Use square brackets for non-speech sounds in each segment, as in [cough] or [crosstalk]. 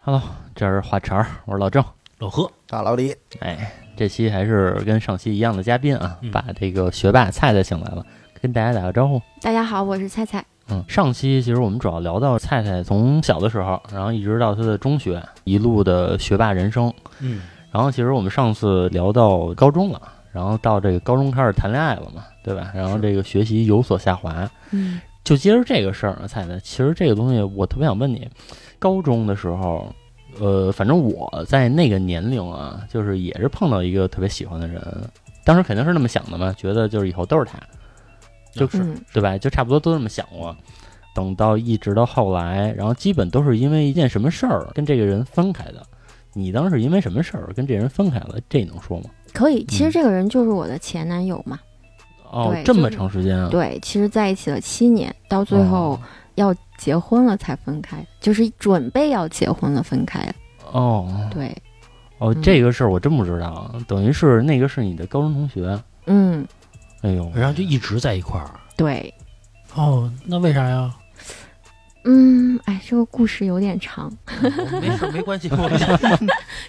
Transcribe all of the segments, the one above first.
Hello，这是话茬儿，我是老郑。老贺，大老李，哎，这期还是跟上期一样的嘉宾啊，嗯把这个学霸菜菜请来了，跟大家打个招呼。大家好，我是菜菜。嗯，上期其实我们主要聊到菜菜从小的时候，然后一直到她的中学一路的学霸人生。嗯，然后其实我们上次聊到高中了，然后到这个高中开始谈恋爱了嘛，对吧？然后这个学习有所下滑，嗯，就接着这个事儿呢，菜菜，其实这个东西我特别想问你，高中的时候，呃，反正我在那个年龄啊，就是也是碰到一个特别喜欢的人，当时肯定是那么想的嘛，觉得就是以后都是他，就嗯对吧？就差不多都这么想过。等到一直到后来，然后基本都是因为一件什么事儿跟这个人分开的。你当时因为什么事儿跟这人分开了？这你能说吗？可以。其嗯实这个人就是我的前男友嘛。哦，对这么就是长时间啊？对，其实在一起了七年，到最后哦要结婚了才分开，就是准备要结婚了分开。哦对，哦，嗯这个事儿我真不知道啊，等于是那个是你的高中同学。嗯，哎呦，然后就一直在一块儿。对，哦，那为啥 [laughs] 呀？嗯，哎，这个故事有点长。没事，没关系。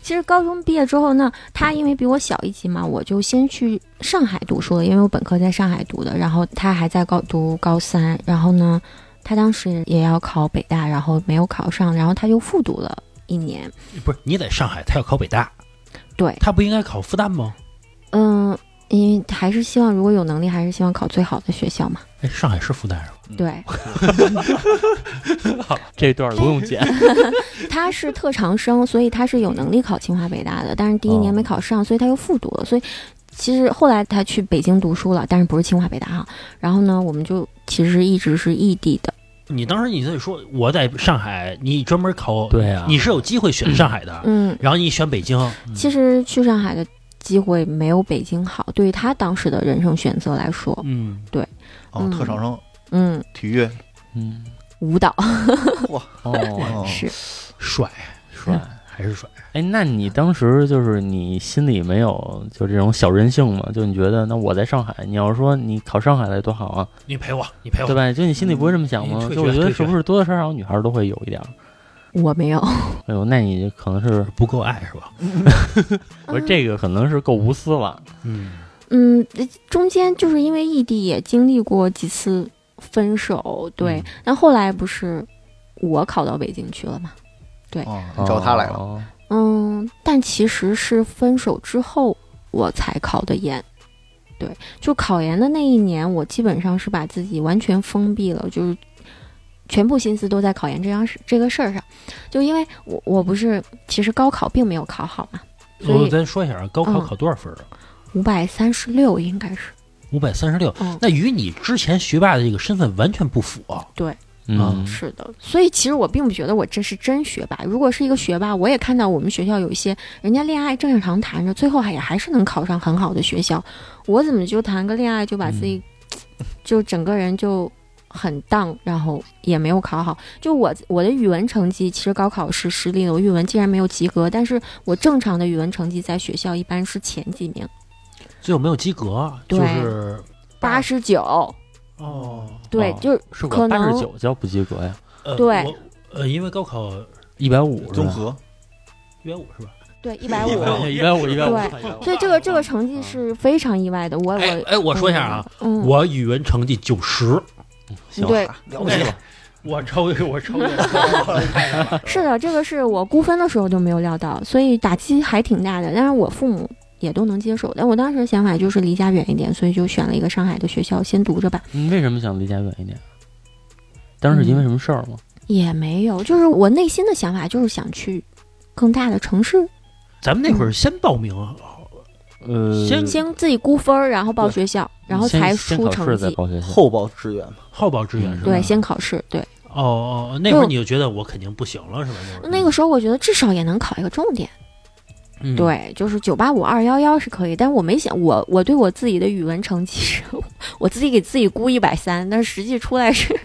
其实高中毕业之后呢，他因为比我小一级嘛，我就先去上海读书了，因为我本科在上海读的，然后他还在高读高三，然后呢，他当时也要考北大，然后没有考上，然后他就复读了一年。 [laughs] 不是你在上海，他要考北大，对，他不应该考复旦吗？嗯，因为还是希望如果有能力，还是希望考最好的学校嘛。哎，上海是复旦是吧？对，这段儿不用剪。他是特长生，所以他是有能力考清华北大的，但是第一年哦没考上，所以他又复读了。所以其实后来他去北京读书了，但是不是清华北大哈。然后呢，我们就其实一直是异地的。你当时你得说我在上海，你专门 [laughs] 考，对啊你是有机会选上海的，嗯，然后你选北京，嗯其实去上海的机会没有北京好，对于他当时的人生选择来说，嗯，哦，嗯特长生，嗯，体育，嗯，舞蹈哦，哦， [laughs] 是帅帅。还是帅？哎，那你当时就是你心里没有就这种小任性吗？就你觉得那我在上海，你要是说你考上海来多好啊，你陪我，你陪对我，吧？就你心里不会这么想吗？嗯你退就我学觉得退是不学是多多少少女孩都会有一点儿？我没有。哎呦，那你可能是不够爱是吧？不是这个可能是够无私了。嗯，嗯，中间就是因为异地也经历过几次分手，嗯对。嗯但后来不是我考到北京去了嘛？哦，你找他来了，哦嗯，但其实是分手之后我才考的研。对，就考研的那一年，我基本上是把自己完全封闭了，就是全部心思都在考研这张事这个事儿上。就因为我我不是其实高考并没有考好嘛，所我以咱说一下啊，高考嗯考多少分啊？五百三十六应该是，五百三十六。嗯，那与你之前学霸的这个身份完全不符啊！嗯，是的，所以其实我并不觉得我这是真学霸。如果是一个学霸，我也看到我们学校有一些人家恋爱正常谈着，最后还也还是能考上很好的学校。我怎么就谈个恋爱就把自己、就整个人就很荡，然后也没有考好。就我我的语文成绩其实高考是失利了，我语文竟然没有及格，但是我正常的语文成绩在学校一般是前几名，最后没有及格，对就是八十九。哦，对，哦就是是可我八能十九叫不及格呀，呃对我呃，因为高考一百五综合，一百五是吧？对一百五。 150一百五一百五。对所以这个这个成绩是非常意外的，我哎我哎，我说一下啊，，嗯，我语文成绩九十，行对，了不起了，我超越我超越，是的，这个是我估分的时候就没有料到，所以打击还挺大的。但是我父母也都能接受，但我当时的想法就是离家远一点，所以就选了一个上海的学校先读着吧。你为什么想离家远一点？当时嗯因为什么事儿吗？也没有，就是我内心的想法就是想去更大的城市，嗯咱们那会儿先报名啊，呃，先先自己估分儿，然后报学校，然后先才先出考试成再绩。报学校。后报志愿嘛，后报志愿是吧？对，先考试。对，哦哦，哦那会儿你就觉得我肯定不行了是吧？那会儿那个时候我觉得至少也能考一个重点。嗯对，就是九八五二幺幺是可以，但我没想我我对我自己的语文成绩是，我自己给自己估一百三，但是实际出来是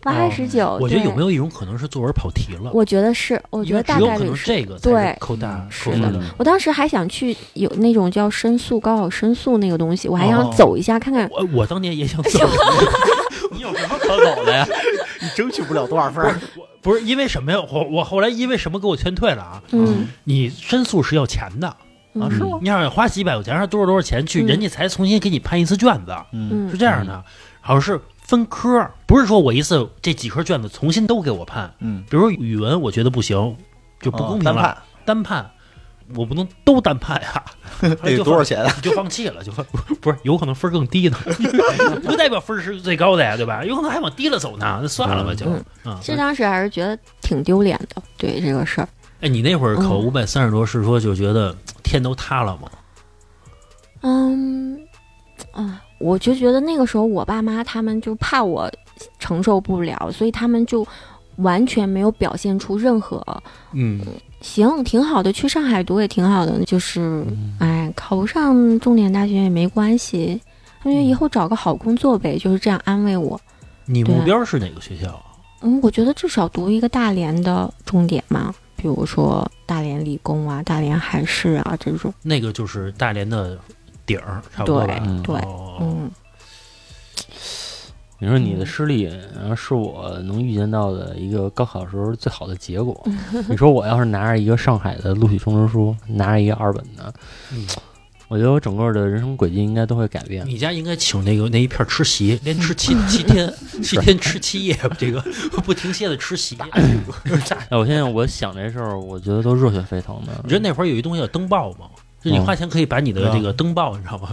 八十九。哦我觉得有没有？有一种可能是作文跑题了？我觉得是，我觉因为得大只有概可率能是。这个才对是扣大是扣分的的。我当时还想去有那种叫申诉高考申诉那个东西，我还想哦走一下看看。我 [laughs] 我当年也想走，你有什么可走的呀？你争取不了多少分儿，我不是因为什么呀？我我后来因为什么给我劝退了啊？嗯你申诉是要钱的，啊，是嗯吗？你想花几百块钱还是多少多少钱去，嗯人家才重新给你判一次卷子，嗯嗯是这样的。好像是分科，不是说我一次这几科卷子重新都给我判。嗯，比如说语文，我觉得不行，就不公平单了，哦判单判。我不能都单判呀， [laughs] 得就多放少 [laughs] 钱啊？你就放弃了，就放不是有可能分儿更低呢， [laughs] 不代表分儿是最高的呀，对吧？有可能还往低了走呢，那算了吧，就嗯啊。是当时还是觉得挺丢脸的，对这个事儿。哎，你那会儿考嗯五百三十多，是说就觉得天都塌了吗？嗯啊，我就觉得那个时候我爸妈他们就怕我承受不了，所以他们就完全没有表现出任何嗯，行，挺好的，去上海读也挺好的，就是嗯哎，考不上重点大学也没关系。他们就以嗯后找个好工作呗，就是这样安慰我。你对目标是哪个学校啊？嗯，我觉得至少读一个大连的重点嘛，比如说大连理工啊、大连海事啊这种。那个就是大连的顶儿，差不对多吧？嗯对，哦，嗯你说你的失利，然后是我能预见到的一个高考时候最好的结果。 [laughs] 你说我要是拿着一个上海的录取通知书，拿着一个二本的，嗯我觉得我整个的人生轨迹应该都会改变。嗯你家应该请那个那一片儿吃席， [laughs] 连吃七七天，七天吃七夜， [laughs] 这个不停歇的吃席。哎，我现在我想这事儿，我觉得都热血沸 [laughs] 腾的。你知道那会儿有一东西叫登报吗？就你嗯花钱可以把你的对啊这个登报，你知道吗？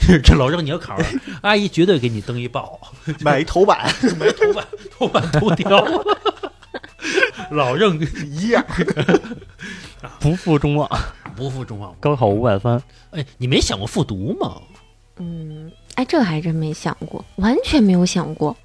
是， [laughs] 这老让你要考 [laughs] 上，阿姨绝对给你登一报，买一头版买头版头版头条， [laughs] 老 [laughs] 让一样，不负众望，不负众望。 [laughs] 高考五百分，哎，你没想过复读吗？嗯，哎，这还真没想过，完全没有想过。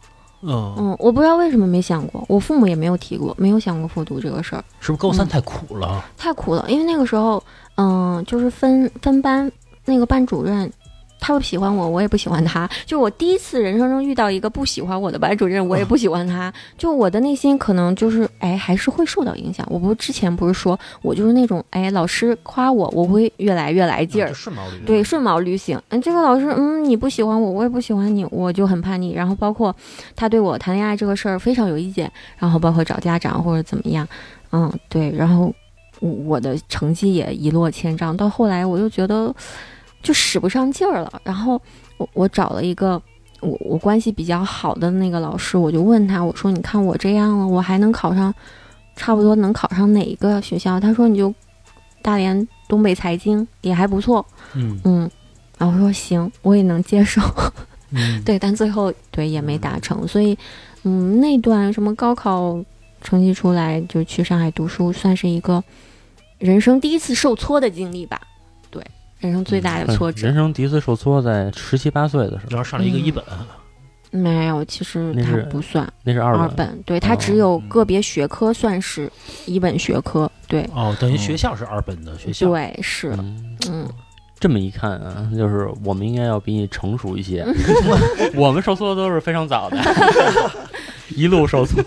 嗯，嗯，我不知道为什么没想过，我父母也没有提过，没有想过复读这个事儿。是不是高三太苦了？太苦了，因为那个时候，嗯、就是分分班那个班主任，他不喜欢我，我也不喜欢他。 [laughs] 就我第一次人生中遇到一个不喜欢我的班主任，我也不喜欢他。就我的内心可能就是，哎，还是会受到影响。我不之前不是说我就是那种，哎，老师夸我，我会越来越来劲啊儿就。顺毛驴。嗯对，，顺毛驴行。嗯，这个老师，嗯，你不喜欢我，我也不喜欢你，我就很叛逆。然后包括他对我谈恋爱这个事儿非常有意见，然后包括找家长或者怎么样，嗯，对。然后我我的成绩也一落千丈，到后来我就觉得就使不上劲儿了。然后我我找了一个。我我关系比较好的那个老师，我就问他，我说你看我这样了，我还能考上，差不多能考上哪一个学校？他说你就大连东北财经也还不错，嗯嗯，然后我说行，我也能接受， [laughs] 嗯，对，但最后对也没达成，所以，嗯，那段什么高考成绩出来就去上海读书，算是一个人生第一次受挫的经历吧，对，嗯人生最大的挫折，嗯人生第一次受挫在十七八岁的时候，然后上了一个一本，没有，其实那它是不算那是二二本。本，哦嗯对，它只有个别学科算是一本学科，对，哦，等于学校是二本的学校。对，是，嗯，嗯，这么一看啊，就是我们应该要比你成熟 [laughs] 一些。 [laughs] 我我们受挫都是非常早 [laughs] 的，一路受 [laughs] 挫。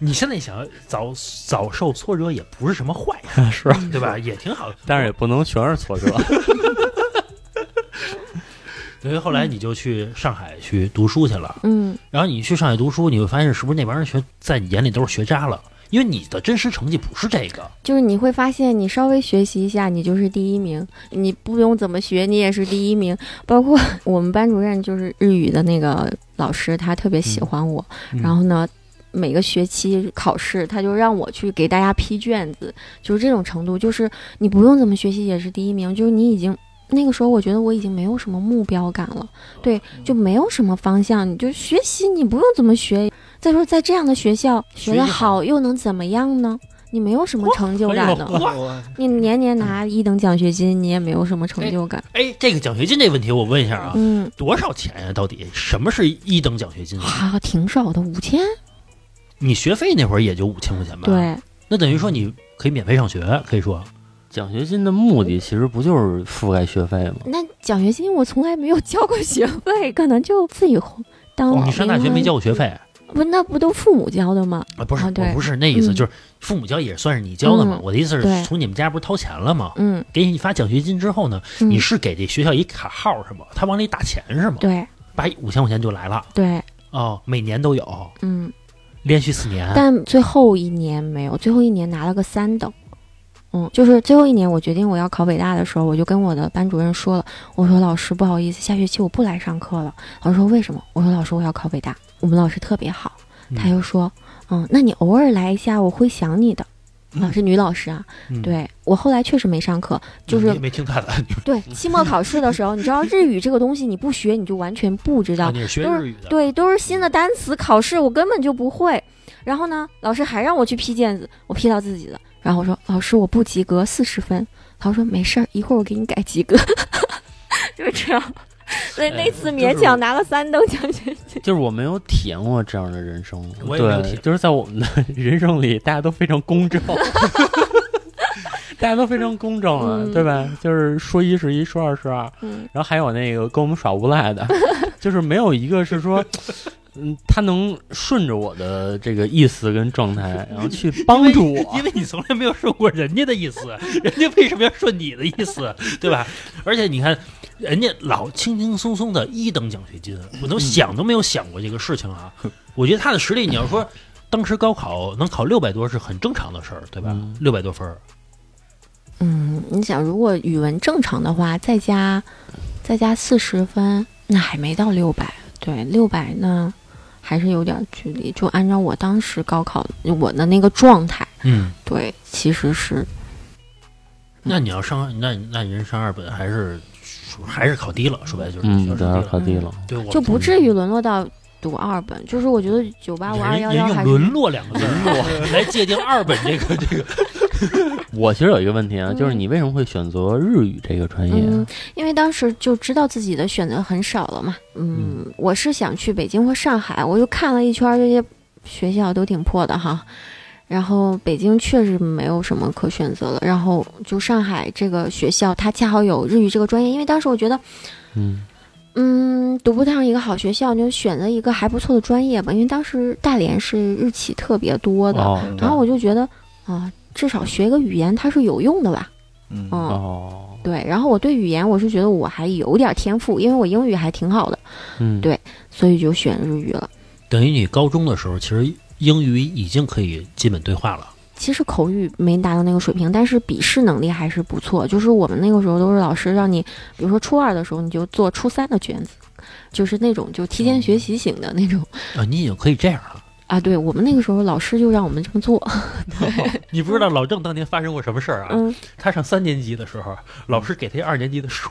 你现在想早早受挫折也 [laughs] 不是啊什么坏事，是，对吧？也挺好。但是也不能全是挫折。所以后来你就去上海去读书去了。嗯，然后你去上海读书，你会发现是不是那帮人学在你眼里都是学渣了？因为你的真实成绩不是这个，就是你会发现，你稍微学习一下，你就是第一名，你不用怎么学，你也是第一名。包括 [laughs] 我们班主任就是日语的那个老师，他特别喜欢我。[laughs] 嗯然后呢，每个学期考试，他就让我去给大家批卷子，就是这种程度，就是你不用怎么学习也是第一名，就是你已经。那个时候，我觉得我已经没有什么目标感了，对，嗯就没有什么方向。你就学习，你不用怎么学。再说，在这样的学校学学得习好哦好又能怎么样呢？你没有什么成就感哎的，我你年年拿嗯一等奖学金，你也没有什么成就感。哎，这个奖学金这问题我问一下啊，嗯，多少钱呀、到底什么是一等奖学金啊？啊，挺少的，五千。你学费那会儿也就五千块钱吧？，对，那等于说你可以免费上学，可以说奖学金的目的其实不就是覆盖学费吗？那奖学金我从来没有交过学费，可能就自己花当哦你上大学没交过？过学费啊？不，那不都父母交的吗？不是，啊对我不是那意思，嗯就是父母交也算是你交的嘛。嗯我的意思对是从你们家不是掏钱了吗？嗯，给你发奖学金之后呢，嗯你是给这学校一卡号是吗？他往里打钱是吗？对把五千块钱就来了对，哦，每年都有。嗯，连续四年，但最后一年没有，最后一年拿了个三等。嗯，就是最后一年，我决定我要考北大的时候，我就跟我的班主任说了，我说老师不好意思，下学期我不来上课了。老师说为什么？我说老师我要考北大。我们老师特别好，嗯他又说，嗯，那你偶尔来一下，我会想你的。老师，女老师啊，嗯，对我后来确实没上课，就你是也没听他的，你对期末考试的时候，你知道日语这个东西你不学你就完全不知道啊，你是学都日语的，对，都是新的单词，考试我根本就不会。然后呢，老师还让我去批卷子，我批到自己的。然后我说：“老师，我不及格，四十分。”他说：“没事儿，一会儿我给你改及格。” [laughs] 就是这样。 [laughs] 所以那次勉强拿了三等奖学金。就是我没有体验过这样的人生，我也没有体对，验就是在我们的 [laughs] 人生里，大家都非常公 [laughs] 正，大家都非常公正啊，嗯对吧？就是说一是一，说二是二，嗯，然后还有那个跟我们耍无赖 [laughs] 的，就是没有一个是说，嗯，他能顺着我的这个意思跟状态，然后去帮助我因。为你从来没有顺过人家的意思，人家为什么要顺你的意思，对吧？而且你看，人家老轻轻松松的一等奖学金，我能想都没有想过这个事情啊。我觉得他的实力，你要说当时高考能考六百多是很正常的事儿，对吧嗯？六百多分儿，嗯，你想，如果语文正常的话，再加再加四十分，那还没到六百。对，六百呢，还是有点距离。就按照我当时高考我的那个状态，嗯，对，其实是那你要上，那那人上二本还是还是考低了，说白了就是嗯，学生对，低了，考低了，对，我就不至于沦落到读二本。就是我觉得九八五二人幺人幺还用“是沦落”两个字儿来界定二本这个这个，我其实有一个问题啊，就是嗯你为什么会选择日语这个专业？嗯，因为当时就知道自己的选择很少了嘛。嗯，我是想去北京或上海，我就看了一圈儿这些学校都挺破的哈。然后北京确实没有什么可选择了，然后就上海这个学校，它恰好有日语这个专业，因为当时我觉得嗯嗯，读不上一个好学校，你就选择一个还不错的专业吧。因为当时大连是日企特别多的，哦，然后我就觉得啊，至少学个语言它是有用的吧。嗯嗯，哦，对。然后我对语言我是觉得我还有点天赋，因为我英语还挺好的，嗯，对所以就选日语了。等于你高中的时候，其实英语已经可以基本对话了。其实口语没达到那个水平，但是笔试能力还是不错。就是我们那个时候都是老师让你，比如说初二的时候你就做初三的卷子，就是那种就提前学习型的那种啊，你已经可以这样了。啊。对我们那个时候老师就让我们这么做，你不知道老郑当年发生过什么事儿啊？嗯。他上三年级的时候，老师给他一二年级 [laughs] 的书，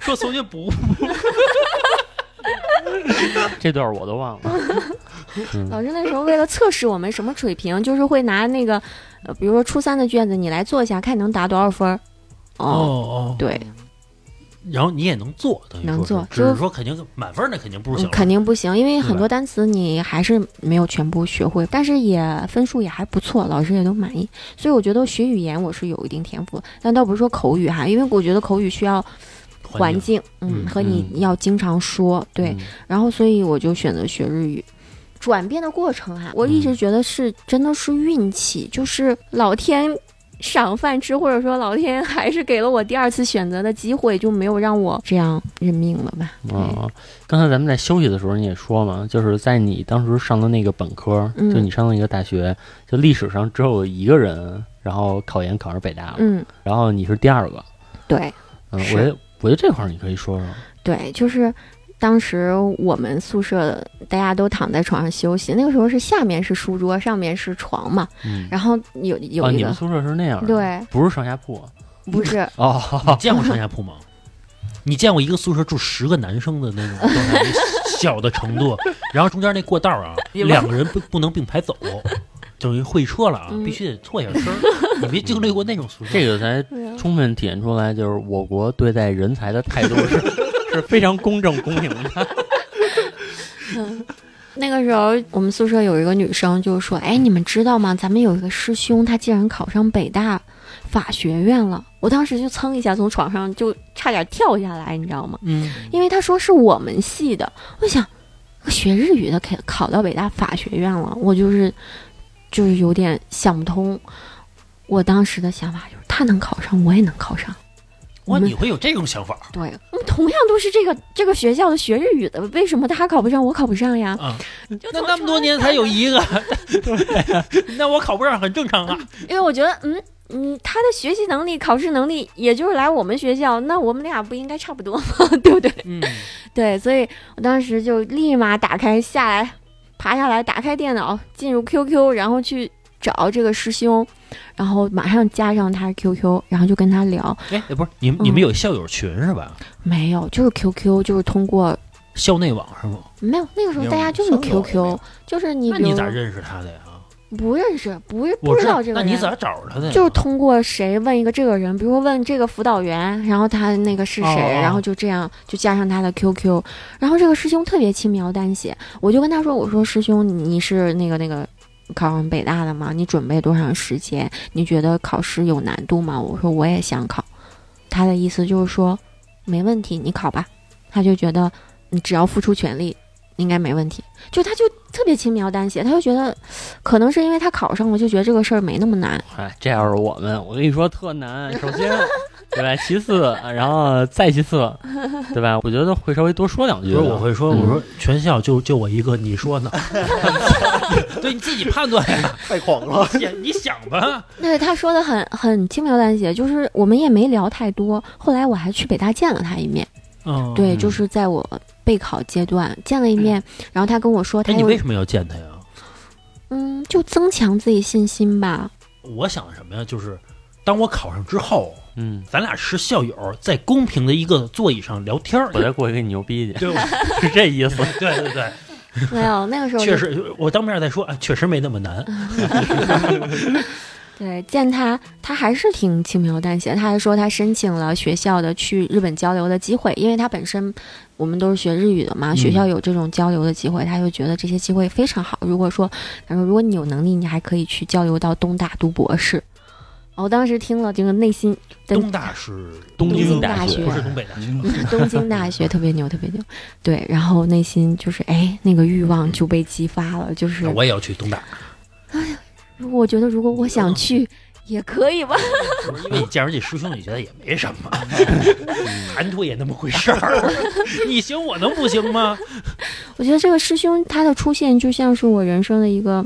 说重新补。这段我都忘了。老师那时候为了测试我们什么水平，就是会拿那个，呃，比如说初三的卷子，你来做一下，看你能答多少分儿。哦，哦，对，然后你也能做，等于说能是做只就是说肯定满分儿那肯定不嗯行了。肯定不行，因为对吧很多单词你还是没有全部学会，但是也分数也还不错，老师也都满意。所以我觉得学语言我是有一定天赋，但倒不是说口语哈，因为我觉得口语需要环 [laughs] 境境，嗯，嗯和你嗯要经常说，对，嗯，然后所以我就选择学日语。转变的过程啊，我一直觉得是真的是运气，就是老天赏饭吃，或者说老天还是给了我第二次选择的机会，就没有让我这样认命了吧？对啊，刚才咱们在休息的时候你也说嘛，就是在你当时上的那个本科，嗯就你上的那个大学，就历史上只有一个人，然后考研考上北大了，嗯，然后你是第二个，对嗯，是我觉得我觉得这块儿你可以说说，对，就是当时我们宿舍大家都躺在床上休息，那个时候是下面是书桌，上面是床嘛，嗯，然后有哦，有一你个、们宿舍是那样的，，对，不是上下铺，啊不是哦，见过上下铺吗？你见过一个宿舍住十个男生的那种状态小的 [laughs] 程度，然后中间那过道啊，你们两个人不不能并 [laughs] 排走，等于会车了啊，嗯必须得错一 [laughs] 下身儿。你没经历过那种宿舍， [laughs] 这个才充分体现出来，就是我国对待人才的态度 [laughs] 是是非常公正公平的，那个时候，我们宿舍有一个女生就说：“哎，你们知道吗？咱们有一个师兄，他竟然考上北大法学院了。”我当时就蹭一下从床上就差点跳下来，你知道吗？嗯，因为他说是我们系的，我想学日语的考考到北大法学院了，我就是就是有点想不通。我当时的想法就是，他能考上，我也能考上。哇，你会有这种想 [laughs] 法儿对，我们同样都是这个这个学校的学日语的，为什么他考不上，我考不上呀？啊？就那从那么多年才有 [laughs] 一个， [laughs] 那我考不上很正常啊。因为我觉得，嗯嗯，他的学习能力、考试能力，也就是来我们学校，那我们俩不应该差不多吗？ [laughs] 对不对？嗯，对，所以我当时就立马打开下来，爬下来，打开电脑，进入 QQ，然后去找这个师兄，然后马上加上他 QQ，然后就跟他聊。哎，不是嗯你们你们有校友群是吧？没有，就是 QQ，就是通过校内网是吗？没有那个时候没有大啊家就是上网也没 QQ，有就是你那比如你咋认识他的呀？不认识，不是我啊不知道这个那人，你咋找着他的呀？就是通过谁问一个这个人，比如说问这个辅导员，然后他那个是谁，哦哦然后就这样就加上他的 QQ，然后这个师兄特别轻描淡写，我就跟他说，我说师兄，你是那个那个。考上北大的吗？你准备多长时间？你觉得考试有难度吗？我说我也想考，他的意思就是说没问题，你考吧。他就觉得你只要付出全力，应该没问题。就他就特别轻描淡写，他就觉得可能是因为他考上了，就觉得这个事儿没那么难。 [laughs] 哎，这要是我们，我跟你说特难。首先，对吧？其次，然后再其次，对吧？我觉得会稍微多说两不句是的。我会说，嗯我说全校就就我一个，你 [laughs] 说呢？ [laughs] 对你自己判断呀，太狂了。你想你想吧。对，他说的很很轻描淡写，就是我们也没聊太多。后来我还去北大见了他一面，嗯，对，就嗯是在我备考阶段见了一面，然后他跟我说他哎，你有为什么要见他呀？嗯，就增强自己信心吧。 [laughs] 我想的什么呀？就是当我考上之后，嗯，咱俩是校友，在公平的一个座椅上聊天儿。我再对过去给你牛逼去，对 [laughs] 是这意思。对 [laughs] 对没有，那个时候就对，确实，我当面再说，啊，确实没那么难。嗯对见他，他还是挺轻描淡写。他还说他申请了学校的去日本交流的机会，因为他本身我们都是学日语的嘛，学校有这种交流的机会，他就觉得这些机会非常好。如果说他说如果你有能力，你还可以去交流到东大读博士。我当时听了，这个内心真东大是东京大大学不是东北大学。嗯东京大学特别牛，特别牛。对，然后内心就是哎，那个欲望就被激发了，就是我也要去 [laughs] 东大，如果我觉得如果我想去。也可以吧，因为你见着这师兄，你觉得也没什么，嗯 [laughs] 谈吐也那么回事 [laughs] 儿，你行我能不行吗？我觉得这个师兄他的出现就像是我人生的一个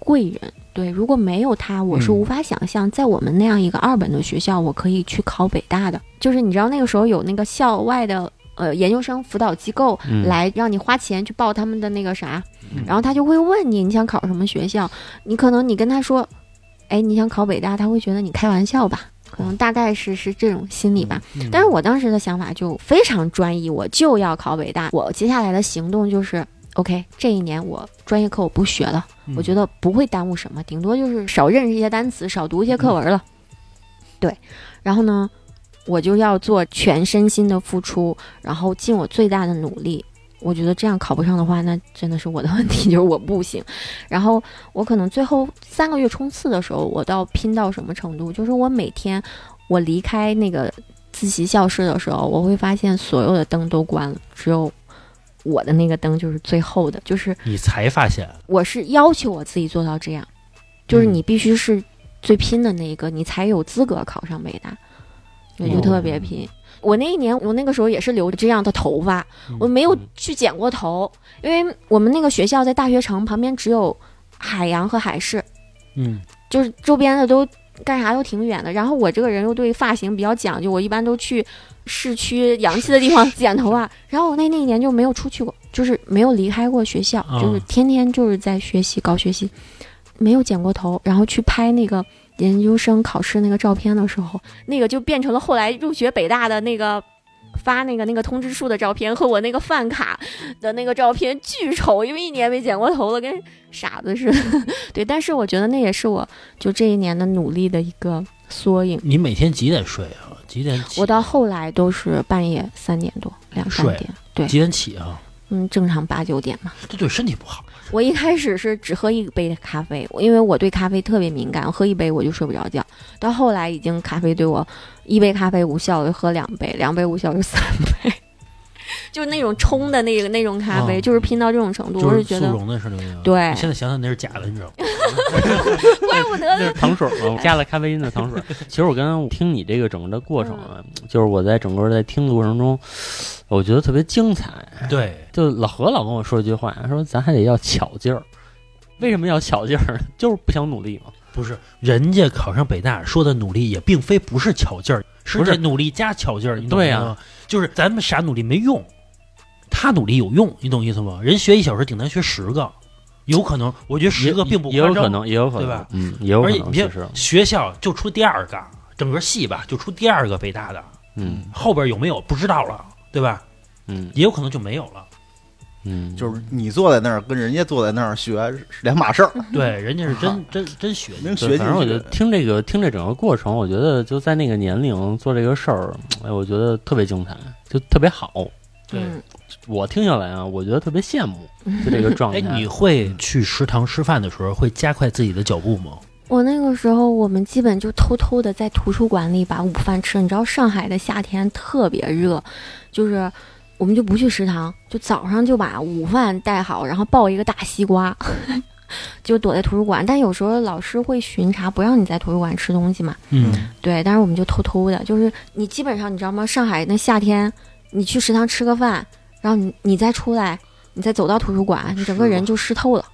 贵人。对，如果没有他，我是嗯无法想象，在我们那样一个二本的学校，我可以去考北大的。就是你知道那个时候有那个校外的呃研究生辅导机构嗯，来让你花钱去报他们的那个啥，然后他就会问你你想考什么学校，你可能你跟他说，哎，你想考北大，他会觉得你开玩笑吧，可能大概是是这种心理吧。嗯但是我当时的想法就非常专一，我就要考北大，我接下来的行动就是。OK，这一年我专业课我不学了，嗯我觉得不会耽误什么，顶多就是少认识一些单词，少读一些课文了。对，然后呢，我就要做全身心的付出，然后尽我最大的努力。我觉得这样考不上的话，那真的是我的问题， [laughs] 就是我不行。然后我可能最后三个月冲刺的时候，我到拼到什么程度？就是我每天我离开那个自习教室的时候，我会发现所有的灯都关了，只有我的那个灯就是最后的，就是你才发现，我是要求我自己做到这样，就是嗯你必须是最拼的那一个，你才有资格考上北大，对，就哦特别拼。我那一年，我那个时候也是留着这样的头发，我没有去剪过头，因为我们那个学校在大学城旁边只有海洋和海事，嗯，就是周边的都干啥都挺远的。然后我这个人又对发型比较讲究，我一般都去市区洋气的地方剪头发。然后我那那一年就没有出去过，就是没有离开过学校，嗯就是天天就是在学习搞学习，没有剪过头。然后去拍那个研究生考试那个照片的时候，那个就变成了后来入学北大的那个。发那个那个通知书的照片和我那个饭卡的那个照片巨丑，因为一年没剪过头了，跟傻子似的。 [laughs] 对，但是我觉得那也是我就这一年的努力的一个缩影。你每天几点睡啊？几点起？我到后来都是半夜三点多、两三睡点，对，几点起啊？嗯，正常八九点嘛。这对身体不好。我一开始是只喝一杯咖啡，我因为我对咖啡特别敏感，我喝一杯我就睡不着觉。到后来已经咖啡对我一杯咖啡无效，我就喝两杯，两杯无效就三杯， [laughs] 就是那种冲的那个那种咖啡，哦就是拼到这种程度，我就是觉速得溶的是那个。对你现在想想那是假的，你知道吗？怪不得那是哎糖水嘛，我加了咖啡因的糖水。其实我刚刚听你这个整个的过程啊，嗯就是我在整个在听的过程中，我觉得特别精彩。对，就老何老跟我说一句话，说咱还得要巧劲儿。为什么要巧劲儿？就是不想努力嘛。不是，人家考上北大说的努力也并非不是巧劲儿，是不是这努力加巧劲儿，你懂对呀啊吗？就是咱们傻努力没用，他努力有用，你懂意思吗？人学一小时顶难学十个，有可能，我觉得十个并不也也有夸张可能，也有可能，对吧嗯，也有可而且能，你别其实，学校就出第二个，整个系吧就出第二个北大的，嗯后边有没有不知道了，对吧？嗯也有可能就没有 [laughs] 了。嗯，就是你坐在那儿跟人家坐在那儿学是两码 [laughs] 事儿，对，人家是真真真学的，能对学进反正我觉得去。听这个听这整个过程，我觉得就在那个年龄做这个事儿，哎，我觉得特别精彩，就特别好。对。嗯我听下来啊，我觉得特别羡慕，就这个状态。 [laughs] 哎， [laughs] 你会去食堂吃饭的时候会加快自己的脚步吗？我那个时候，我们基本就偷偷的在图书馆里把午饭吃。你知道上海的夏天特别热，就是我们就不去食堂，就早上就把午饭带好，然后抱一个大西瓜， [laughs] 就躲在图书馆。但有时候老师会巡查，不让你在图书馆吃东西嘛。嗯，对，但是我们就偷偷的，就是你基本上你知道吗？上海那夏天，你去食堂吃个饭，然后你你再出来，你再走到图书馆，你整个人就湿透了。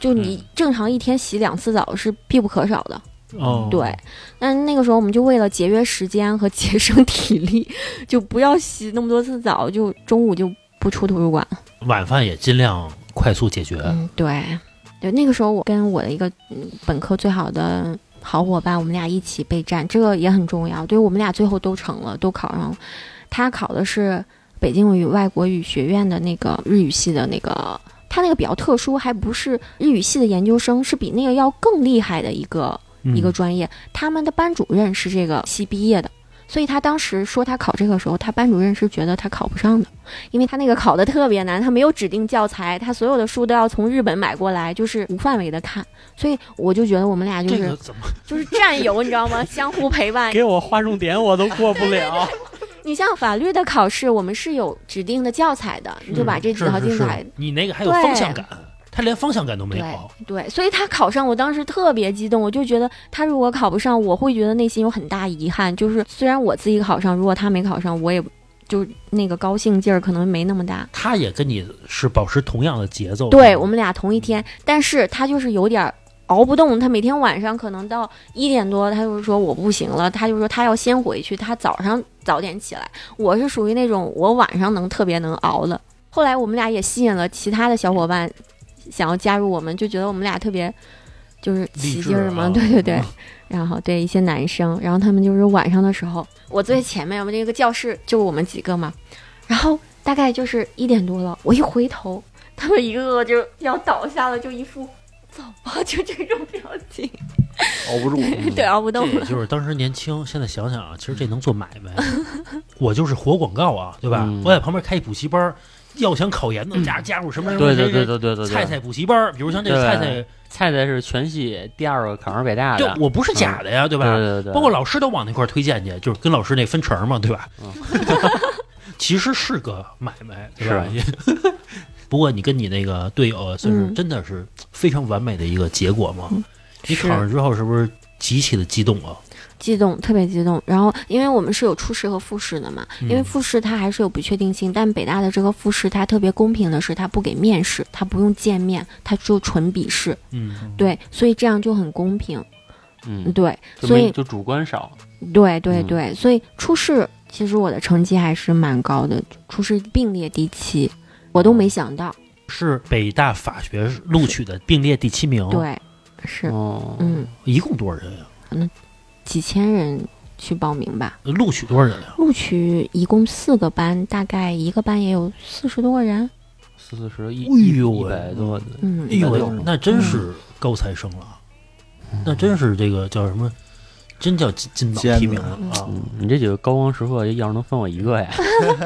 就你正常一天洗两次澡是必不可少的。哦，对，但那个时候我们就为了节约时间和 [laughs] 节省体力，就不要洗那么多次澡，就中午就不出图书馆。晚饭也尽量快速解决。嗯，对，对，那个时候我跟我的一个嗯本科最好的好伙伴，我们俩一起备战，这个也很重要。对我们俩最后都成了，都考上了。他考的是北京语外国语学院的那个日语系的那个。他那个比较特殊，还不是日语系的研究生，是比那个要更厉害的一个嗯一嗯个专业，他们的班主任是这个系毕业的，所以他当时说他考这个时候，他班主任是觉得他考不上的，因为他那个考的特别难，他没有指定教材，他所有的书都要从日本买过来，就是无范围的看，所以我就觉得我们俩就是、这个怎么就是战友，你知道吗？相互陪伴。我划重点，我都过不 [laughs] 了。你像法律的考试，我们是有指定的教材的，你就把这几嗯是条是教材是，你那个还有方向感，他连方向感都没有。对，所以他考上，我当时特别激动，我就觉得他如果考不上，我会觉得内心有很大遗憾。就是虽然我自己考上，如果他没考上，我也就那个高兴劲儿可能没那么大。他也跟你是保持同样的节奏。对我们俩同一天，但是他就是有点儿熬不动，他每天晚上可能到一点多，他就是说我不行了，他就说他要先回去，他早上早点起来。我是属于那种我晚上能特别能熬的。后来我们俩也吸引了其他的小伙伴，想要加入我们，就觉得我们俩特别就是励起志劲儿嘛，啊对对对。然后对一些男生，然后他们就是晚上的时候，我最前面，我们这个教室就我们几个嘛，然后大概就是一点多了，我一回头， [laughs] 他们一个个就要倒下了，就一副走吧，就这种表情，熬不住， [laughs] 对，啊熬不嗯这动也了。就是当时年轻，现在想想啊，其实这能做买 [laughs] 卖。我就是活广告啊，对吧嗯？我在旁边开一补习班儿，要想考研的加加入什么什么对谁对对谁对对对，菜菜补习班儿，比如像这个对菜菜，菜菜是全系第二个考上北大的就，我不是假的呀，对对吧？对对对，包括老师都往那块儿推荐去，就是跟老师那分成嘛，对吧？ [laughs] 其实是个买卖，对吧？ [laughs] 不过你跟你那个队友算是嗯真的是非常完美的一个结果嘛。你是考上之后是不是极其的激动啊？激动，特别激动。然后，因为我们是有初试和复试的嘛，嗯因为复试它还是有不确定性，但北大的这个复试它特别公平的是，它不给面试，它不用见面，它只有纯笔试。嗯，对，所以这样就很公平。嗯，对，就所没以就主观少，对对嗯对，所以初试其实我的成绩还是蛮高的，初试并列第七，我都没想到。是北大法学录取的并列第七名，，对，是哦，嗯，一共多少人啊呀、几千人去报名吧，录取多少人啊呀、录取一共四个班，大概一个班也有四十多个人。四四十一，哎呦一喂百多，嗯嗯，哎呦喂一百六十，那真是高材生了，那真是这个叫什么？真叫金金榜尖题子名了啊！嗯，你这几个高光时刻要是能分我一个呀， [laughs]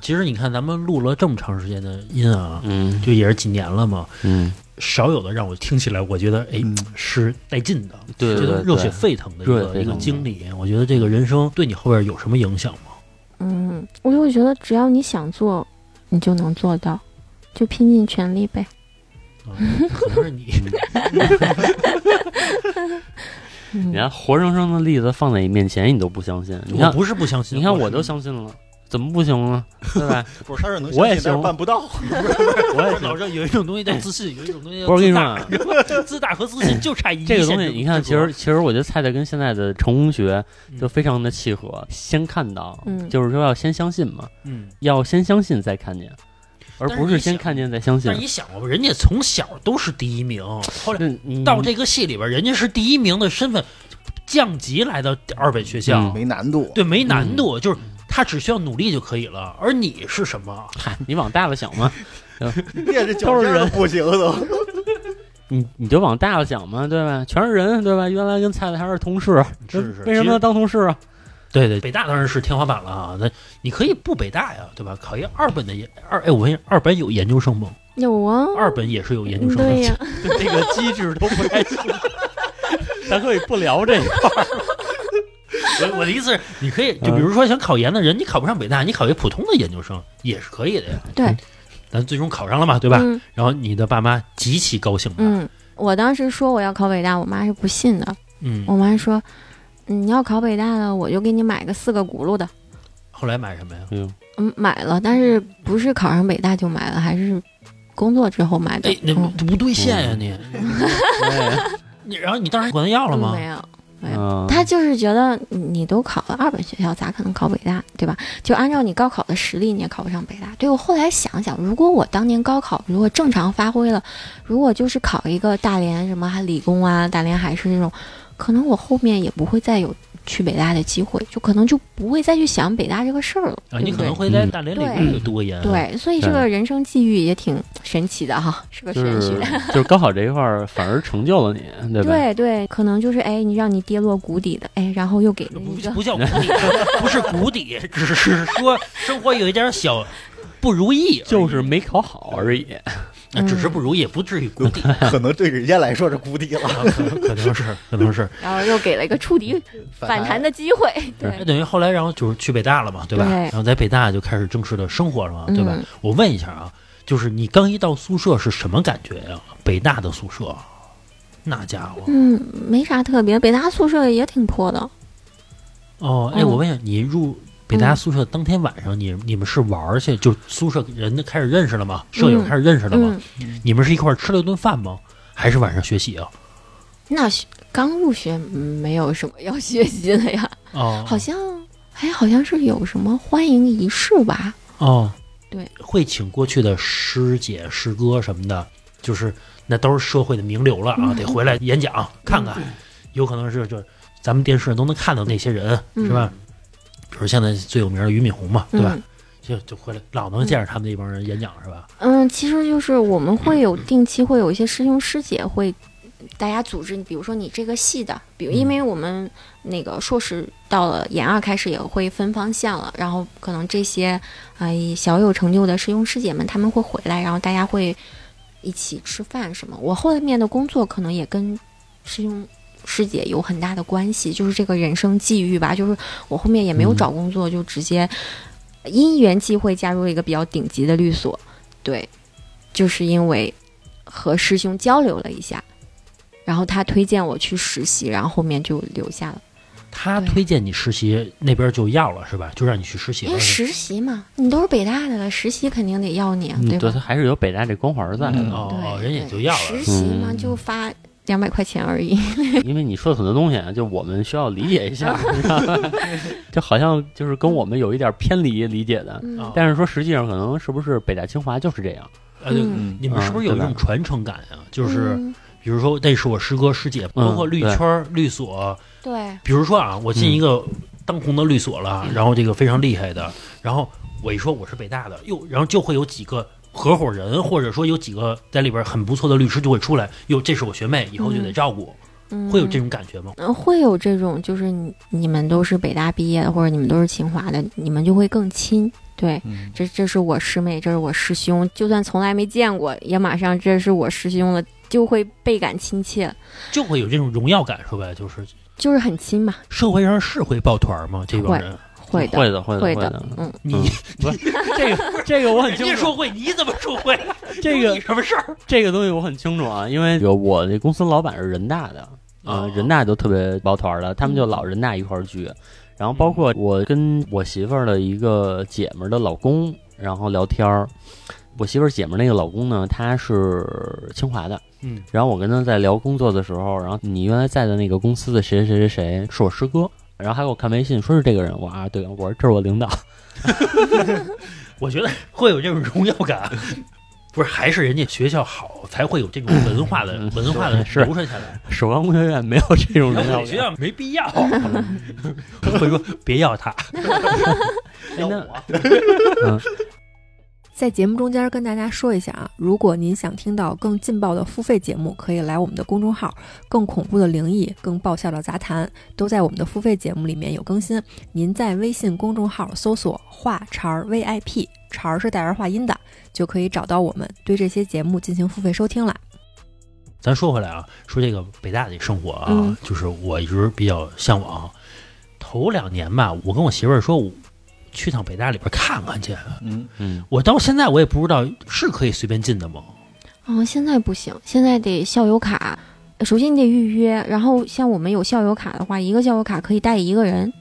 其实你看，咱们录了这么长时间的音啊，嗯就也是几年了嘛，嗯，少有的让我听起来，我觉得哎、嗯是带劲的，对对觉对，得热血沸腾的一热血个沸一个腾经历。我觉得这个人生对你后边有什么影响吗？ [laughs] 嗯，我就觉得只要你想做，你就能做到，就拼尽全力呗。啊，可能是你嗯嗯你看活生生的例子放在你面前，你都不相信。你我看，不是不相信，你看，我都相信了，怎么不行 [laughs] 呢？对吧？不是，他是能我也相信但行是办不到。我也不是老行。是有一种东西叫自信，有一种东西叫不是我跟你自说大啊， [laughs] 自大和自信就差一这个线东西，之你看，之其隔实其实我觉得菜菜跟现在的成功学嗯就非常的契合。先看到，嗯就是说要先相信嘛，嗯，要先相信再看见，而但是不你是先想看见再相信但是。你想过吗？人家从小都是第一名，后来那你到这个戏里边，人家是第一名的身份降级来到二本 [laughs] 学校，嗯没难度，对，没难度，就是他只需要努力就可以了。而你是什么？嗨，你往大了想嘛，练这脚尖儿都不行都。 [laughs] 你你就往大了想嘛，对吧？全是人，对吧？原来跟菜菜还是同事，啊是是为什么要当同事啊？对对，北大当然是天花板了啊。那你可以不北大呀，对吧？考一二本的研二，哎，我问你，二本有研究生吗？有啊，嗯二本也是有研究生的。对呀、 [laughs] 这个机制都不太清楚。 [laughs] 咱可以不聊这个，我我的意思是，你可以就比如说想考研的人，你考不上北大，你考一普通的研究生也是可以的呀。嗯嗯对，咱最终考上了嘛，对吧？嗯然后你的爸妈极其高兴吧？啊嗯，我当时说我要考北大，我妈是不信的，嗯我妈说。嗯你要考北大的，我就给你买个四个轱辘的。后来买什么呀？嗯，买了，但是不是考上北大就买了，还是工作之后买的。哎，那嗯不兑现呀、你你然后你当时管他要了吗没？有，没有。哎嗯，哎他就是觉得你都考了二本学校，咋可能考北大，对吧？就按照你高考的实力，你也考不上北大。对我后来想想，如果我当年高考如果正常发挥了，如果就是考一个大连什么还理工啊、大连海事这种，可能我后面也不会再有去北大的机会，就可能就不会再去想北大这个事儿了，啊，对你不可对能？会在嗯大连理工读个研。，对，所以这个人生际遇也挺神奇的哈，是个就玄学。是就是高考这一块儿反而成就了你，对吧？对对，可能就是哎，你让你跌落谷底的，哎，然后又给了不你一个不叫谷底，啊不是谷底，只是说生活有一点小不如意而已，就是没考好而已。啊只是不如意，不至于谷底，可能对人家来说是谷底了，嗯啊可能可能是可能是，然后又给了一个触底反弹的机会，那 [laughs] 对，等于后来然后就是去北大了嘛，对吧？对然后在北大就开始正式的生活了嘛，对吧？嗯我问一下啊，就是你刚一到宿舍是什么感觉呀、北大的宿舍，那家伙。嗯，没啥特别。北大宿舍也挺破的，哦，哎，嗯我问一下，你入北大宿舍当天晚上，你你们是玩儿去，就宿舍人都开始认识了吗？舍友嗯开始认识了吗？嗯，你们是一块儿吃了一顿饭吗？还是晚上学习啊？那学刚入学嗯没有什么要学习的呀，哦，好像哎，好像是有什么欢迎仪式吧？哦，对，会请过去的师姐、师哥什么的，就是那都是社会的名流了嗯啊，得回来演讲看看，有可能是就咱们电视上都能看到那些人，嗯是吧？比如现在最有名的俞敏洪嘛，对吧？嗯就就回来老能见着他们那帮人演讲，是吧？嗯，其实就是我们会有定期会有一些师兄师姐会。大家组织，比如说你这个系的，比如因为我们那个硕士到了研二开始也会分方向了，然后可能这些啊、呃小有成就的师兄师姐们他们会回来，然后大家会一起吃饭什么。我后面的工作可能也跟师兄师姐有很大的关系，就是这个人生际遇吧。就是我后面也嗯没有找工作，就直接因缘际会加入了一个比较顶级的律所，对，就是因为和师兄交流了一下。然后他推荐我去实习，然后后面就留下了。他对推荐你实习，那边就要了是吧？就让你去实习因了为。实习嘛，你都是北大的了，实习肯定得要你啊，嗯，对，吧他？还是有北大这光环在的，嗯哦哦，对人也对就要了实。习嘛，嗯就发两百块钱而已。因为你说的很多东西啊，就我们需要理解一下，你知道吧就好像就是跟我们有一点偏离理解的。嗯啊但是说实际上可能是不是北大清华就是这样？啊，对，嗯你们是不是有一种嗯传承感啊？就是嗯比如说，那是我师哥师姐，包括绿圈儿、律所。对，比如说啊，我进一个当红的律所了，嗯然后这个非常厉害的，然后我一说我是北大的，哟，然后就会有几个。合伙人或者说有几个在里边很不错的律师就会出来，哟，这是我学妹，以后就得照顾，嗯会有这种感觉吗？嗯，会有这种，就是你你们都是北大毕业的，或者你们都是清华的，你们就会更亲。对，嗯，这这是我师妹，这是我师兄，就算从来没见过，也马上这是我师兄了，就会倍感亲切，就会有这种荣耀感，说白了就是就是很亲嘛。社会上是会抱团儿吗？这帮人会的，会的，会的，会的。嗯，你这个这个我很人清家楚，说会，你怎么说 [laughs] 会？这个有你什么事儿？这个东西我很清楚啊，因为我这公司老板是人大的，啊、哦人大都特别抱团儿的，他们嗯就老人大一块儿聚，然后包括我跟我媳妇儿的一个姐们儿的老公，然后聊天儿。我媳妇儿姐们儿那个老公呢，他是清华的，嗯，然后我跟他在聊工作的时候，然后你原来在的那个公司的谁谁谁谁谁是我师哥，然后还给我看微信说是这个人，我啊对，我说这是我领导，我觉得会有这种荣耀感， [laughs] 不是还是人家学校好才会有这种文化的嗯 [laughs] 文化的是流传下来。首钢工学院没有这种然人后要我学校没必要， [laughs] 会说别要 [laughs] 他。哎那在节目中间跟大家说一下啊，如果您想听到更劲爆的付费节目，可以来我们的公众号“更恐怖的灵异”、“更爆笑的杂谈”，都在我们的付费节目里面有更新。您在微信公众号搜索“话茬儿 VIP”，茬儿是带儿化音的，就可以找到我们，对这些节目进行付费收听了。咱说回来啊，说这个北大的生活啊，嗯就是我一直比较向往。头两年吧，我跟我媳妇儿说，我去趟北大里边看看去。嗯，嗯我到现在我也不知道是可以随便进的吗？哦，现在不行，现在得校友卡。首先你得预约，然后像我们有校友卡的话，一个校友卡可以带一个人。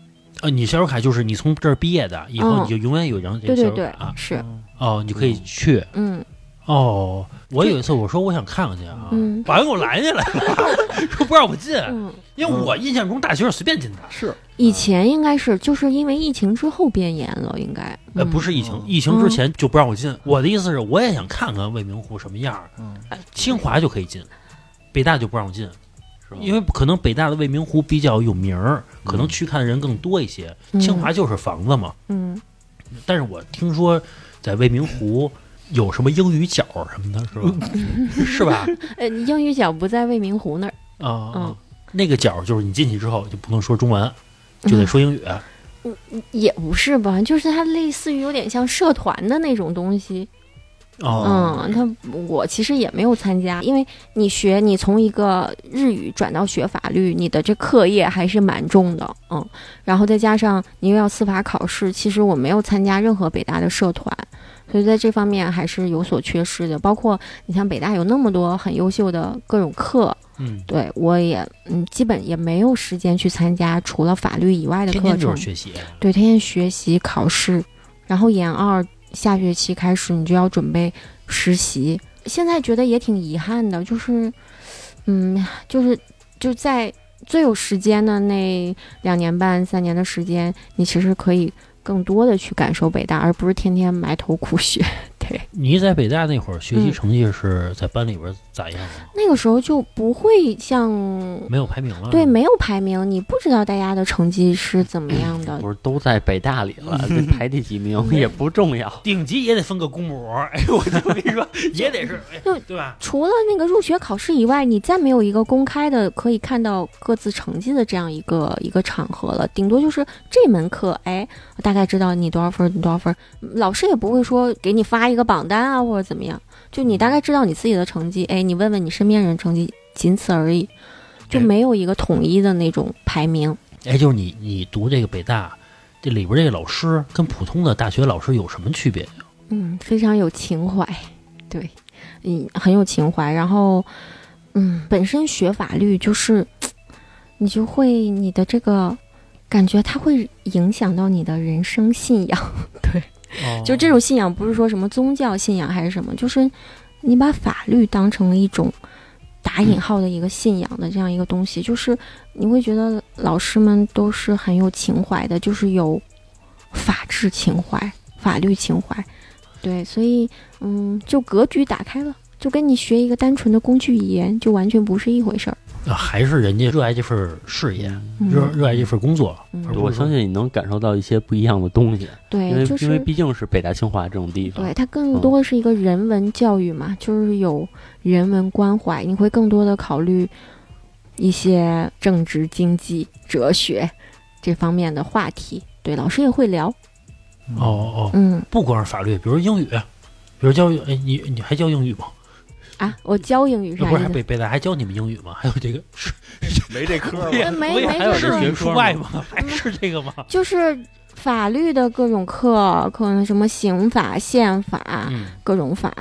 呃，你校友卡就是你从这儿毕业的，以后嗯你就永远有一张这对个校对友对卡，是，嗯哦，你可以去嗯哦。我有一次我说我想看看去啊，嗯保安给我拦下来了， [laughs] 说不让我进，嗯。因为我印象中大学是随便进的。是以前应该是就是因为疫情之后变严了，应该。呃，嗯不是疫情，疫情之前就不让我进。我的意思是，我也想看看未名湖什么样儿。嗯哎清华就可以进，北大就不让我进，是嗯吧因为可能北大的未名湖比较有名儿，可能嗯去看的人更多一些。清华就是房子嘛，嗯，但是我听说在未名湖有什么英语角儿什么的，是吧？是吧？嗯呃，你英语角不在未名湖那儿，啊、嗯那个角儿就是你进去之后就不能说中文，嗯就得说英语。 [laughs] 也不是吧？就是它类似于有点像社团的那种东西。哦，嗯，它我其实也没有参加，因为你学你从一个日语转到学法律，你的这课业还是蛮重的。嗯，然后再加上你又要司法考试，其实我没有参加任何北大的社团。所以在这方面还是有所缺失的，包括你像北大有那么多很优秀的各种课，嗯，对我也嗯，基本也没有时间去参加除了法律以外的天课天就程是。学习。对，天天学习考试，然后研二下学期开始你就要准备实习。现在觉得也挺遗憾的，就是，嗯，就是就在最有时间的那两年半、三年的时间，你其实可以更多的去感受北大，而不是天天埋头苦学。 [laughs] 对，你在北大那会儿学习嗯成绩是在班里边咋样啊？那个时候就不会像没有排名啊嗯了。对没有排名，你不知道大家的成绩是怎么样的。不是都在北大里了，这排第几名 [laughs] 也不重要。顶级也得分个公模儿， [laughs] 哎，我就跟你说，也 [laughs] 得是，哎就对吧？除了那个入学考试以外，你再没有一个公开的可以看到各自成绩的这样一个一个场合了。顶多就是这门课，哎，我大概知道你多少分儿，你多少分儿，老师也不会说给你发一个榜单啊或者怎么样，就你大概知道你自己的成绩，哎，你问问你身边人成绩，仅此而已，就对没有一个统一的那种排名。哎，就是你你读这个北大，这里边这个老师跟普通的大学老师有什么区别？嗯，非常有情怀，对，嗯，很有情怀。然后，嗯，本身学法律就是，你就会你的这个感觉，它会影响到你的人生信仰。哦就这种信仰，不是说什么宗教信仰还是什么，就是你把法律当成了一种打引号的一个信仰的这样一个东西，就是你会觉得老师们都是很有情怀的，就是有法治情怀、法律情怀，对，所以嗯，就格局打开了。就跟你学一个单纯的工具语言，就完全不是一回事儿。啊还是人家热爱这份事业，热嗯，热爱这份工作，嗯 [laughs] 而不是我相信你能感受到一些不一样的东西，因为、哎对，就因为是毕竟是北大清华这种地方对，，它更嗯多是一个人文教育嘛，就是有人文关怀，你会更多的考虑一些政治、经济、哲学这方面的话题。对，老师也会聊，哦哦，嗯不光是法律，比如英语，比如教育，哎，你你还教英语吗？啊，我教英语是呃啥不是，意还思？北北大还教你们英语吗？还有这个是 [laughs] 没这科不也没 [laughs] 不也没还有这这个 [laughs] 语数外吗？还是这个吗？就是法律的各种课，可能什么刑法、宪法、嗯，各种法，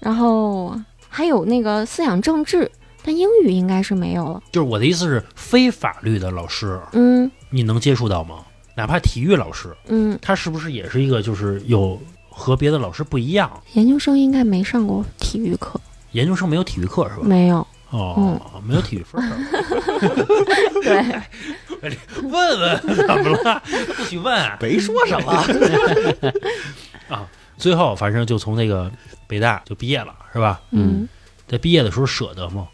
然后还有那个思想政治，但英语应该是没有了。就是我的意思是，非法律的老师嗯你能接触到吗？哪怕体育老师，嗯，他是不是也是一个就是有和别的老师不一样？研究生应该没上过体育课，研究生没有体育课是吧？没有。哦，没有体育分 [laughs] 儿。对， [laughs] 问问怎么了？不许问啊！没说什么，最后反正就从那个北大就毕业了，是吧？嗯嗯，在毕业的时候舍得吗？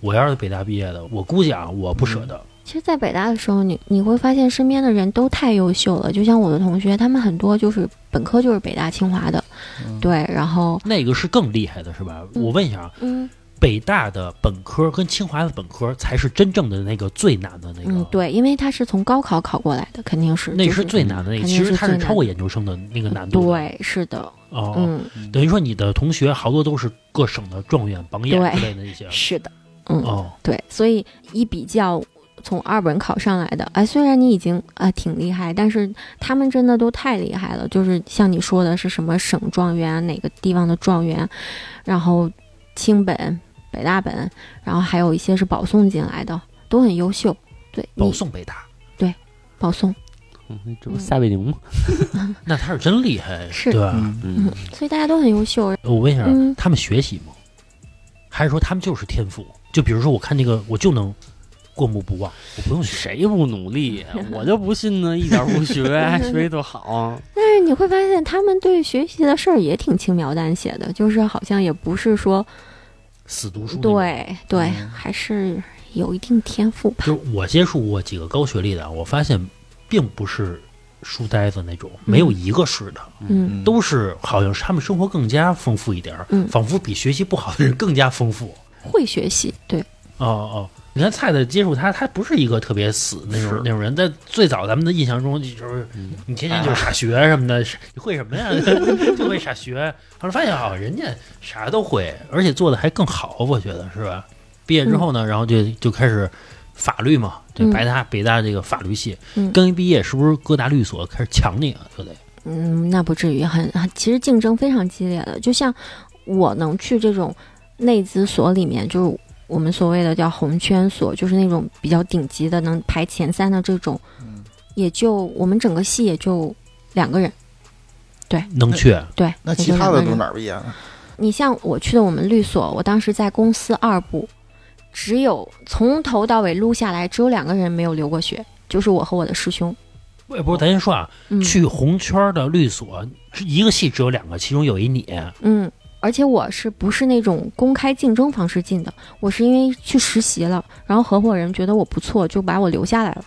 我要是北大毕业的，我估计啊，我不舍得。其实，在北大的时候，你你会发现身边的人都太优秀了，就像我的同学，他们很多就是本科就是北大、清华的，嗯对，然后那个是更厉害的，是吧？嗯我问一下啊，嗯北大的本科跟清华的本科才是真正的那个最难的那个，嗯，，对，因为他是从高考考过来的，肯定是那就是最难的那个。肯其定实是它是最难超过研究生的那个难度的。对，是的，哦，嗯，等于说你的同学好多都是各省的状元、榜眼对之类的那些。是的，嗯，哦，对，所以一比较，从二本考上来的，哎，虽然你已经啊、呃挺厉害，但是他们真的都太厉害了，就是像你说的是什么省状元，哪个地方的状元，然后清本、北大本，然后还有一些是保送进来的，都很优秀。对，保你送北大，保送，嗯这不撒贝宁吗？那他是真厉害，是对吧？嗯 [laughs] 嗯，所以大家都很优秀。呃我问一下，啊嗯他们学习吗？还是说他们就是天赋？就比如说，我看这个，我就能过目不忘，我不用学。谁不努力？我就不信呢，一点儿不学，还学习多 [laughs] 好。但是你会发现，他们对学习的事儿也挺轻描淡写的，就是好像也不是说死读书那种。嗯对对，还是有一定天赋吧。就是我接触过几个高学历的，啊我发现并不是书呆子那种，没有一个是的，嗯嗯都是好像是他们生活更加丰富一点儿，嗯仿佛比学习不好的人更加丰富。会学习，对，哦哦。你看菜菜接触他，他不是一个特别死那种是那种人，在最早咱们的印象中，就是嗯你天天就是傻学什么的，你会什么呀？ [laughs] 就会傻学。后来发现啊，人家啥都会，而且做的还更好，我觉得是吧？毕业之后呢，然后就就开始法律嘛，这嗯白大北大这个法律系，嗯刚一毕业是不是各大律所开始抢你啊？就得嗯，那不至于很，很其实竞争非常激烈的。就像我能去这种内资所里面，就是我们所谓的叫红圈所，就是那种比较顶级的，能排前三的这种，嗯也就我们整个系也就两个人。能去对，那也其就他两的个都人哪儿毕业呢？你像我去的我们律所，我当时在公司二部，只有从头到尾录下来，只有两个人没有留过学，就是我和我的师兄。哎不是，咱先说啊，嗯，去红圈的律所，一个系只有两个，其中有一你。嗯，而且我是不是那种公开竞争方式进的？我是因为去实习了，然后合伙人觉得我不错，就把我留下来了。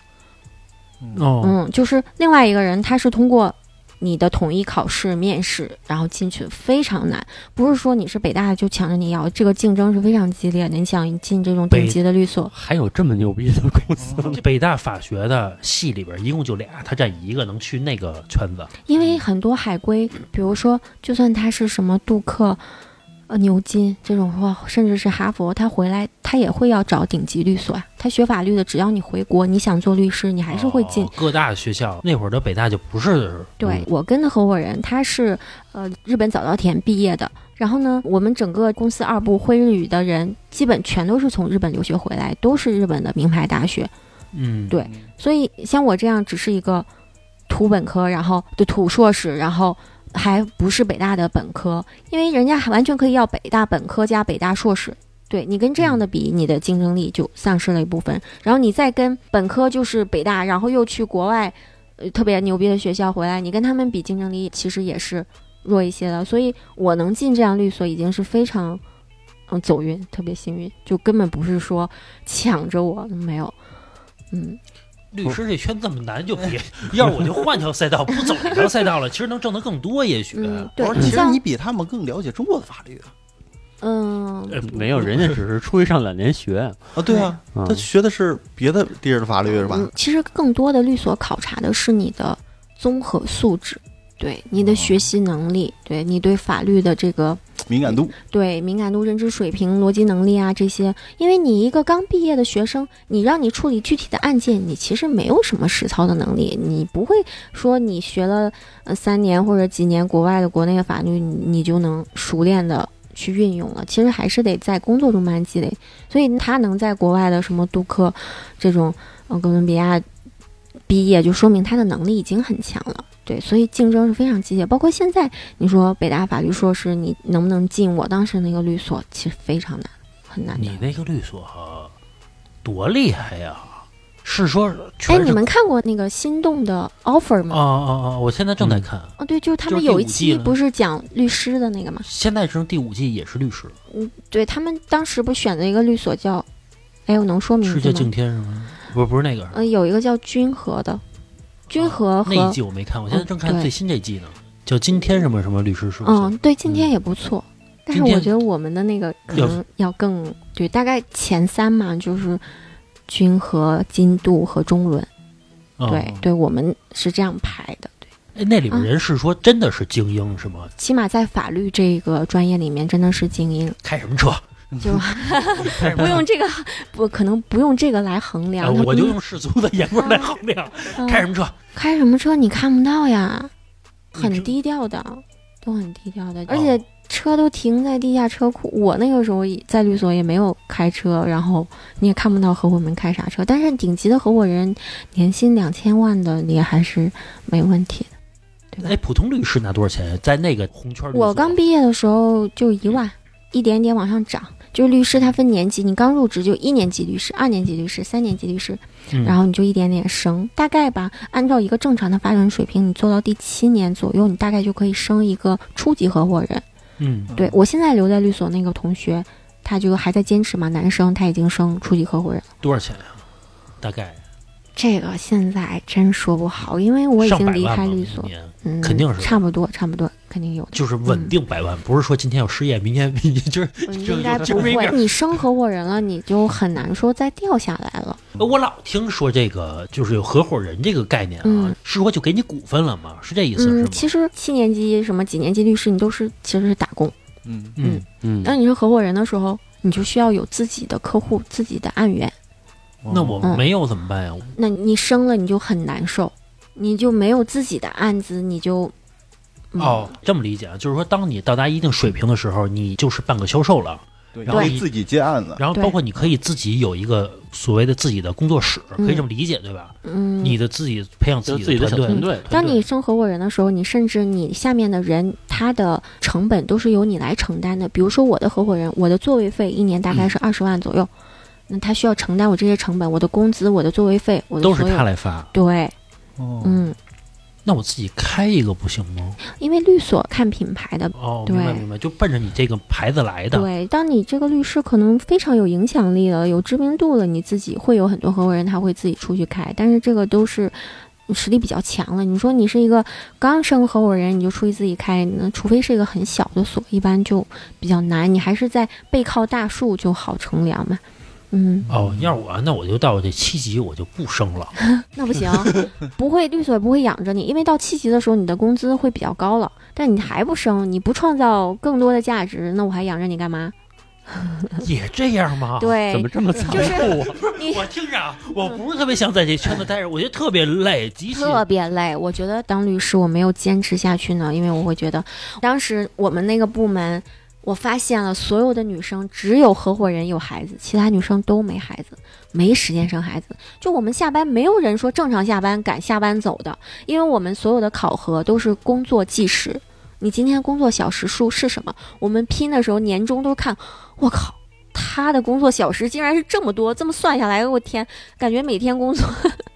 哦，嗯，就是另外一个人，他是通过你的统一考试、面试，然后进去，非常难。不是说你是北大就抢着你要，这个竞争是非常激烈的。你想进这种顶级的律所，还有这么牛逼的公司？ [laughs] 这北大法学的系里边一共就俩，他占一个，能去那个圈子。因为很多海归，比如说，就算他是什么杜克。呃，牛津这种话，甚至是哈佛，他回来他也会要找顶级律所啊。他学法律的，只要你回国，你想做律师，你还是会进。哦嗯各大学校。那会儿的北大就不是对我跟的合伙人，他是呃日本早稻田毕业的。然后呢，我们整个公司二部会日语的人，基本全都是从日本留学回来，都是日本的名牌大学。嗯，对所以像我这样，只是一个土本科，然后对土硕士，然后还不是北大的本科，因为人家还完全可以要北大本科加北大硕士。对你跟这样的比，你的竞争力就丧失了一部分。然后你再跟本科就是北大，然后又去国外，呃，特别牛逼的学校回来，你跟他们比竞争力其实也是弱一些的。所以我能进这样律所已经是非常，嗯，走运，特别幸运，就根本不是说抢着我，没有，嗯。律师这圈这么难，就别， [laughs] 要是我就换条赛道，不走这条赛道了，其实能挣得更多，也许。啊嗯，对我说，你其实像你比他们更了解中国的法律啊，嗯，呃没有，人家只是出去上两年学。啊对啊，嗯他学的是别的地嗯儿的法律是吧？嗯其实更多的律所考察的是你的综合素质，对你的学习能力，对你对法律的这个敏感度，对敏感度、认知水平、逻辑能力啊这些，因为你一个刚毕业的学生，你让你处理具体的案件，你其实没有什么实操的能力，你不会说你学了呃三年或者几年国外的国内的法律，你你就能熟练的去运用了。其实还是得在工作中慢慢积累，所以他能在国外的什么杜克这种呃哥伦比亚毕业，就说明他的能力已经很强了。对，所以竞争是非常激烈，包括现在你说北大法律硕士，你能不能进我当时那个律所，其实非常难，很难的。嗯你那个律所啊多厉害呀！是说哎，全你是们看过那个《心动的 offer》啊吗？啊啊！我现在正在看，嗯哦，对，就是他就们是第有一五季期了不是讲律师的那个吗？现在这第五季也是律师，嗯，对他们当时不选择一个律所叫，哎，我能说名是叫字敬吗？天是吗？不，不是那个，呃，有一个叫君和的，君和和、嗯啊那一季我没看，我现在正看对最新这季呢，叫今天什么什么律师事务所。嗯，对，今天也不错。但是今天我觉得我们的那个可要能要更对，大概前三嘛，就是君和、金度和中伦。嗯对嗯对，我们是这样排的。对，哎，那里面人是说真的是精英是吗？起码在法律这个专业里面，真的是精英，开什么车？就开什不么 [laughs] 车？用这个，不可能不用这个来衡哎量。他我不就用用世俗的眼光来衡量，嗯开什么车？开什么车你看不到呀，你哦很这低调的，都很低调的，嗯而且车都停在地下车库。我那个时候也在律所也没有开车，然后你也看不到合伙人开啥车。但是顶级的合伙人年薪两千万的也还是没问题的。哎，普通律师拿多少钱？在那个红圈律所，我刚毕业的时候就一万，一点点往上涨。就是律师他分年级，你刚入职就一年级律师、二年级律师、三年级律师，嗯，然后你就一点点升，大概吧，按照一个正常的发展水平，你做到第七年左右，你大概就可以升一个初级合伙人。嗯，对我现在留在律所那个同学，他就还在坚持嘛，男生他已经升初级合伙人了。多少钱呀？大概这个现在真说不好，因为我已上经百离万吧，开律一所，年嗯，肯定是差不多，差不多，肯定有的。就是稳定百万，不是说今天要失业，明天 [laughs] 就是嗯这应该就不是一会个，你升合伙人了，你就很难说再掉下来了。我老听说这个就是有合伙人这个概念啊嗯，是说就给你股份了吗？是这意思嗯是吗，？其实七年级什么几年级律师，你都是其实是打工。嗯，嗯，嗯，当你是合伙人的时候，你就需要有自己的客户、自己的案源。那我嗯没有怎么办呀？那你生了你就很难受，你就没有自己的案子，你就、嗯、哦，，这么理解啊，就是说，当你到达一定水平的时候，你就是半个销售了，对，然后可你以自己接案子，然后对包括你可以自己有一个所谓的自己的工作室，可以这么理解对吧？嗯，你的自己培养就自是自己的的小团队团，队，当你升合伙人的时候，你甚至你下面的人他的成本都是由你来承担的。比如说我的合伙人，我的座位费一年嗯大概是二十万左右，那他需要承担我这些成本，我的工资、我的座位费，我的都是所有他来发。对，哦嗯，那我自己开一个不行吗？因为律所看品牌的哦，对明白明白，就奔着你这个牌子来的。对，当你这个律师可能非常有影响力了，有知名度了，你自己会有很多合伙人他会自己出去开，但是这个都是你实力比较强了。你说你是一个刚升合伙人你就出去自己开，那除非是一个很小的所，一般就比较难。你还是在背靠大树就好乘凉嘛。嗯，哦，要是我，那我就到这七级，我就不升了。那不行， [laughs] 不会律所不会养着你，因为到七级的时候你的工资会比较高了，但你还不升，你不创造更多的价值，那我还养着你干嘛？也这样吗？。对，啊怎么这么惨？就是我我听着啊，我不是特别想在这圈子待着，我觉得特别累，极其特别累。我觉得当律师我没有坚持下去呢，因为我会觉得，当时我们那个部门，我发现了所有的女生只有合伙人有孩子，其他女生都没孩子，没时间生孩子。就我们下班没有人说正常下班赶下班走的，因为我们所有的考核都是工作计时。你今天工作小时数是什么？我们拼的时候年终都是看，我靠，他的工作小时竟然是这么多，这么算下来，我天，感觉每天工作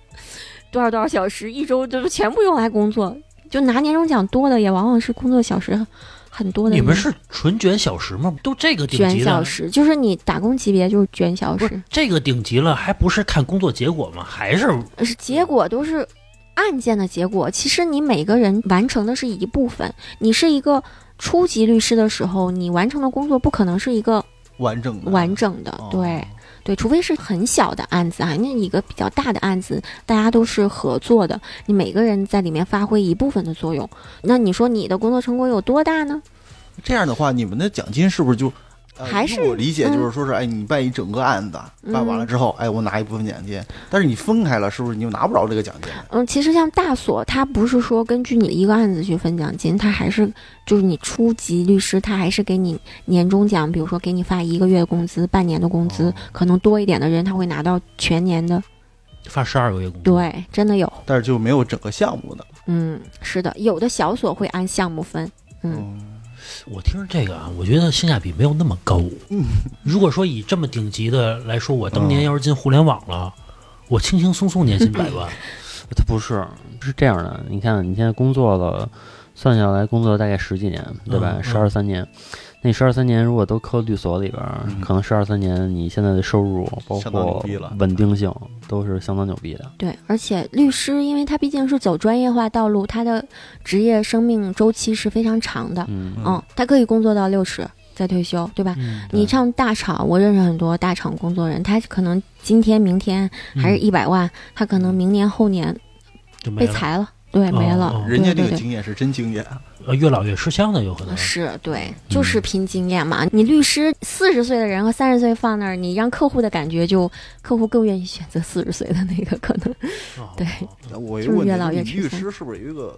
[laughs] 多少多少小时，一周就全部用来工作，就拿年终奖多的也往往是工作小时很多的你人。们是纯卷小时吗？都这个顶卷级小的，嗯时，就是你打工级别就是卷小不是时，这个顶级了，还不是看工作结果吗？还是是结果都是案件的结果。其实你每个人完成的是一部分，你是一个初级律师的时候，你完成的工作不可能是一个完整的完整的，哦对。对，除非是很小的案子啊，那一个比较大的案子，大家都是合作的，你每个人在里面发挥一部分的作用。那你说你的工作成果有多大呢？这样的话，你们的奖金是不是就？呃还是嗯依我理解就是说是，哎，你办一整个案子，办完了之后，哎，我拿一部分奖金，但是你分开了，是不是你就拿不着这个奖金？嗯，其实像大所，它不是说根据你一个案子去分奖金，它还是就是你初级律师，他还是给你年终奖，比如说给你发一个月工资、半年的工资，哦可能多一点的人他会拿到全年的。发十二个月工资，对，真的有，但是就没有整个项目的，嗯，是的，有的小所会按项目分，嗯，嗯，我听着这个啊，我觉得性价比没有那么高。嗯如果说以这么顶级的来说，我当年嗯要是进互联网了，我轻轻松松年薪百万。他不是，是这样的。你看，你现在工作了，算下来工作大概十几年，对吧嗯？嗯十二三年，那十二三年如果都扣律所里边儿，嗯可能十二三年你现在的收入，包相当牛括逼了稳定性，都是相当牛逼的。对，而且律师因为他毕竟是走专业化道路，他的职业生命周期是非常长的，嗯，嗯，他可以工作到六十再退休，对吧？嗯，你上大厂，我认识很多大厂工作人，他可能今天、明天还是一百万，他可能明年、后年嗯就没被了裁了，对，没了，哦哦人家这对个对经验是真经验，呃越老越吃香的有可能对，。是对，就是拼经验嘛。你律师四十岁的人和三十岁放那儿，你让客户的感觉就，客户更愿意选择四十岁的那个，可能哦对我就是问越老越你吃律香师是不是有一个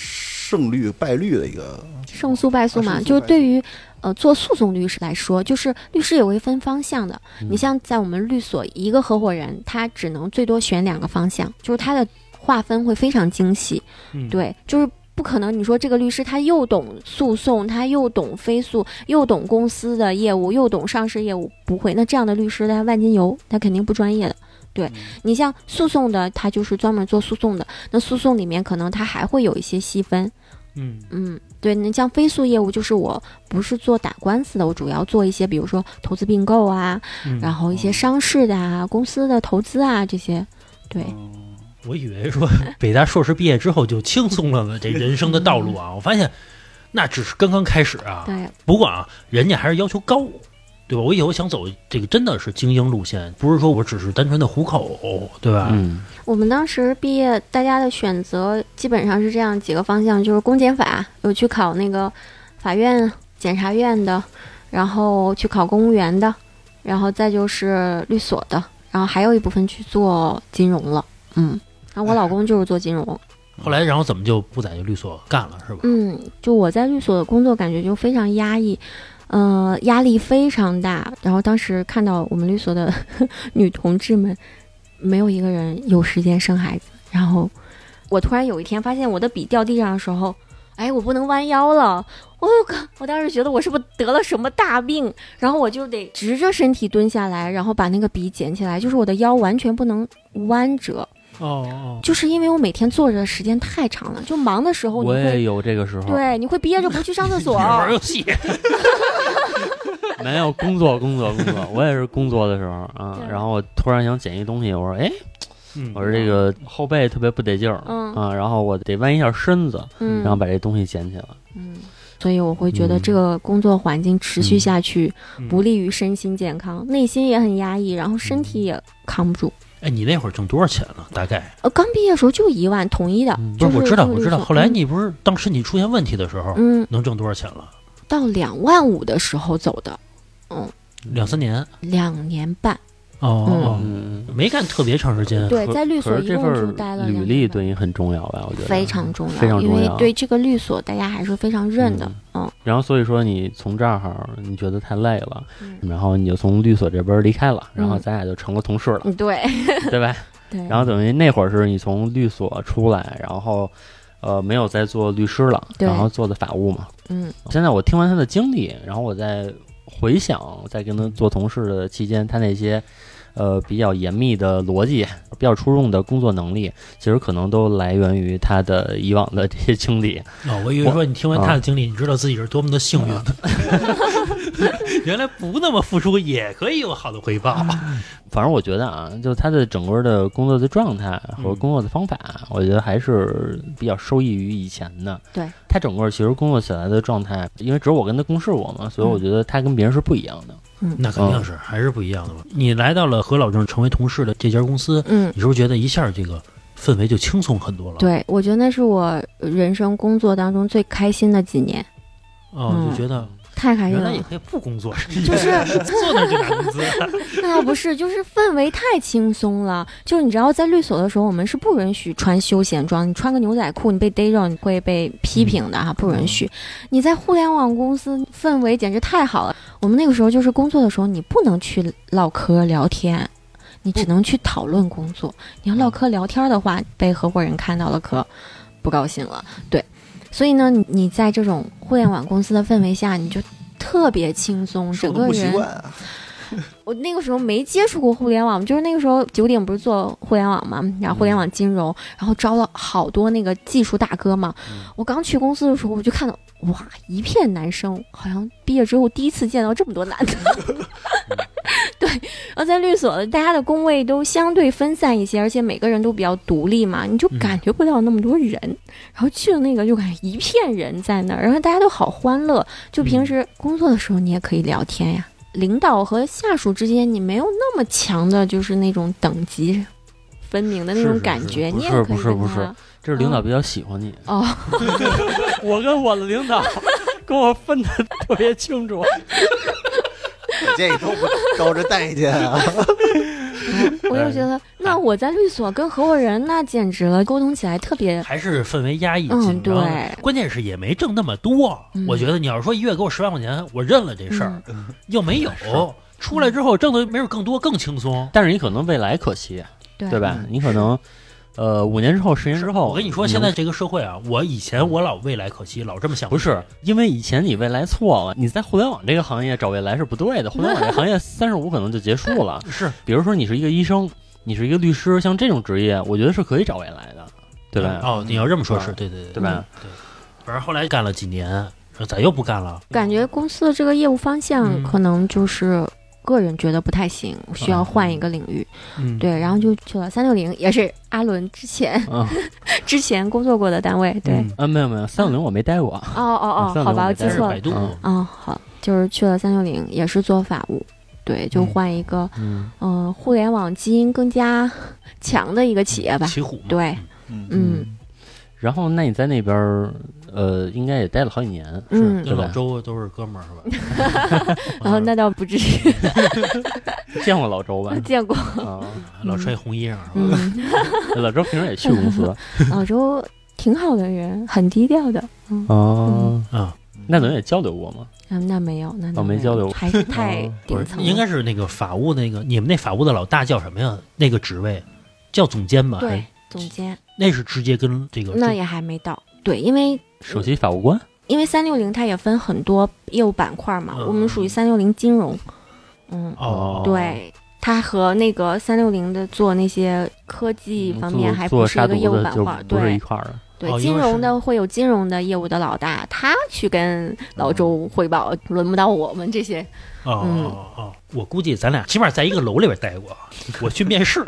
胜率败率的一个？胜诉败诉啊嘛。胜诉就是败对于呃做诉讼律师来说，就是律师也会分方向的。嗯你像在我们律所，一个合伙人他只能最多选两个方向，就是他的划分会非常精细。嗯对，就是不可能。你说这个律师他又懂诉讼，他又懂非诉，又懂公司的业务，又懂上市业务，不会。那这样的律师他万金油，他肯定不专业的。嗯对你像诉讼的，他就是专门做诉讼的。那诉讼里面可能他还会有一些细分，嗯嗯，对。那像非诉业务，就是我不是做打官司的，我主要做一些，比如说投资并购啊，嗯，然后一些上市的啊、公司的投资啊这些。对，我以为说北大硕士毕业之后就轻松了呢，这人生的道路啊，我发现那只是刚刚开始啊。对，不过啊，人家还是要求高，对吧？我以后想走这个真的是精英路线，不是说我只是单纯的糊口，对吧？嗯，我们当时毕业，大家的选择基本上是这样几个方向，就是公检法有去考那个法院、检察院的，然后去考公务员的，然后再就是律所的，然后还有一部分去做金融了。嗯，然后我老公就是做金融，后来，然后怎么就不在律所干了，是吧？嗯，就我在律所的工作感觉就非常压抑，呃，压力非常大。然后当时看到我们律所的 [laughs] 女同志们，没有一个人有时间生孩子。然后我突然有一天发现我的笔掉地上的时候，哎，我不能弯腰了。我靠！我当时觉得我是不是得了什么大病，然后我就得直着身体蹲下来，然后把那个笔捡起来，就是我的腰完全不能弯折，哦哦，就是因为我每天坐着的时间太长了，就忙的时候你我会也有这个时候，对，你会憋着不去上厕 [laughs] 所。玩游戏，没有工作，工作，工作， [laughs] 我也是工作的时候啊，对然后我突然想捡一东西，我说，哎，嗯我说这个后背特别不得劲儿，嗯啊，然后我得弯一下身子，嗯然后把这东西捡起来。嗯，所以我会觉得这个工作环境持续下去、嗯不利于身心健康，内心也很压抑，然后身体也扛不住。嗯哎，你那会儿挣多少钱呢？大概呃，刚毕业的时候就一万，统一的，嗯不就是我知道，就我是知道。说后来你不是当身体出现问题的时候，嗯，能挣多少钱了？到两万五的时候走的，两三年两年半。哦哦，嗯，没干特别长时间。对，呃可在律所可是一这共就份待了履两历年半。对你很重要吧？我觉得嗯非常重要，非常重因要为对这个律所大家还是非常认的。嗯然后所以说你从这儿你觉得太累了，嗯然后你就从律所这边离开了，嗯然后咱俩就成了同事了，嗯，对 [laughs] 对吧？对。然后等于那会儿是你从律所出来，然后呃没有再做律师了，对然后做的法务嘛。嗯，现在我听完他的经历，然后我再回想，在跟他做同事的期间，他那些呃比较严密的逻辑、比较出众的工作能力，其实可能都来源于他的以往的这些经历。哦，我以为说你听完他的经历，你知道自己是多么的幸运。 [laughs] 原来不那么付出也可以有好的回报。反正我觉得啊，就是他的整个的工作的状态和嗯工作的方法，我觉得还是比较受益于以前的。对，他整个其实工作起来的状态，因为只有我跟他共事过嘛，所以我觉得他跟别人是不一样的。那肯哦定是还是不一样的嘛。你来到了和老郑成为同事的这家公司，嗯，你是不是觉得一下这个氛围就轻松很多了？，对，我觉得那是我人生工作当中最开心的几年，哦，嗯就觉得太开心原了来也。可以不工作，就是 [laughs] 坐那儿就拿工资。 [laughs] 那倒不是，就是氛围太轻松了。就是你知道，在律所的时候，我们是不允许穿休闲装，你穿个牛仔裤，你被逮着你会被批评的哈，不允许。你在互联网公司氛围简直太好了。我们那个时候就是工作的时候，你不能去唠嗑聊天。你只能去讨论工作，你要唠嗑聊天的话，被合伙人看到了可不高兴了。对，所以呢，你你在这种互联网公司的氛围下，你就特别轻松，说整的个不习人惯啊。我那个时候没接触过互联网，就是那个时候九鼎不是做互联网嘛，然后互联网金融，然后招了好多那个技术大哥嘛。我刚去公司的时候，我就看到哇，一片男生，好像毕业之后第一次见到这么多男的。 [laughs] 对，然后在律所，大家的工位都相对分散一些，而且每个人都比较独立嘛，你就感觉不到那么多人。然后去了那个，就感觉一片人在那儿，然后大家都好欢乐。就平时工作的时候，你也可以聊天呀。领导和下属之间，你没有那么强的，就是那种等级分明的那是种是感是觉，不你也是可以不是跟不他是这是领导比较喜欢你。哦，我跟我的 [laughs] 领导跟我分的特别清楚。啊我建议都 [laughs] 不高这待见 [laughs] 啊。我哎就觉得，那我在律所跟合伙人那简直了，沟通起来特别还是氛围压抑嗯紧张，对关键是也没挣那么多。嗯我觉得你要是说一月给我十万块钱，我认了这事儿，嗯又没有。啊出来之后挣的没准更多更轻松， [laughs] 但是你可能未来可期，对对嗯吧？你可能呃五年之后、十年之后，我跟你说，现在这个社会啊，我以前我老未来可期，老这么想。不是，因为以前你未来错了，你在互联网这个行业找未来是不对的。互联网这行业三十五可能就结束了。是，比如说你是一个医生，你是一个律师，像这种职业，我觉得是可以找未来的，对吧？哦，你要这么说，是是吧对对对嗯对吧？对，反正后来干了几年，说咋又不干了？感觉公司的这个业务方向嗯可能就是个人觉得不太行，需要嗯换一个领域。嗯，对，然后就去了三六零，也是阿伦之前嗯之前工作过的单位。对，嗯，啊，没有没有，三六零我没待过，哦哦哦， 360好吧，我记没但是错百了。度嗯哦，好，就是去了三六零，也是做法务。对，就嗯换一个嗯，嗯、呃互联网基因更加 [laughs] 强的一个企业吧。奇虎嘛，对，嗯，嗯然后那你在那边儿呃，应该也待了好几年，嗯跟对老吧？周都是哥们儿是吧？ [laughs] 然后那倒不至于见过 [laughs] 老周吧？见过，啊，老穿一红衣裳是吧？嗯，老周平时也去公司老周嗯挺好的人，很低调的。哦，啊，那咱也交流过吗？嗯，那没有，那哦没交流 [laughs] 还太哦不顶是，层了，应该是那个法务那个，你们那法务的老大叫什么呀？那个职位叫总监吧？对还，总监那是直接跟这个那也还没到。对，因为首席法务官因为三六零它也分很多业务板块嘛，嗯我们属于三六零金融，嗯，哦，对，它和那个三六零的做那些科技方面嗯做还不做是一杀个毒业务的板就块，不是一对块儿的，对，哦因金为融是的会有金融的业务的老大，他去跟哦老周汇报，轮不到我们这些，哦嗯哦哦，我估计咱俩起码在一个楼里边待过，我去面 [laughs] 试，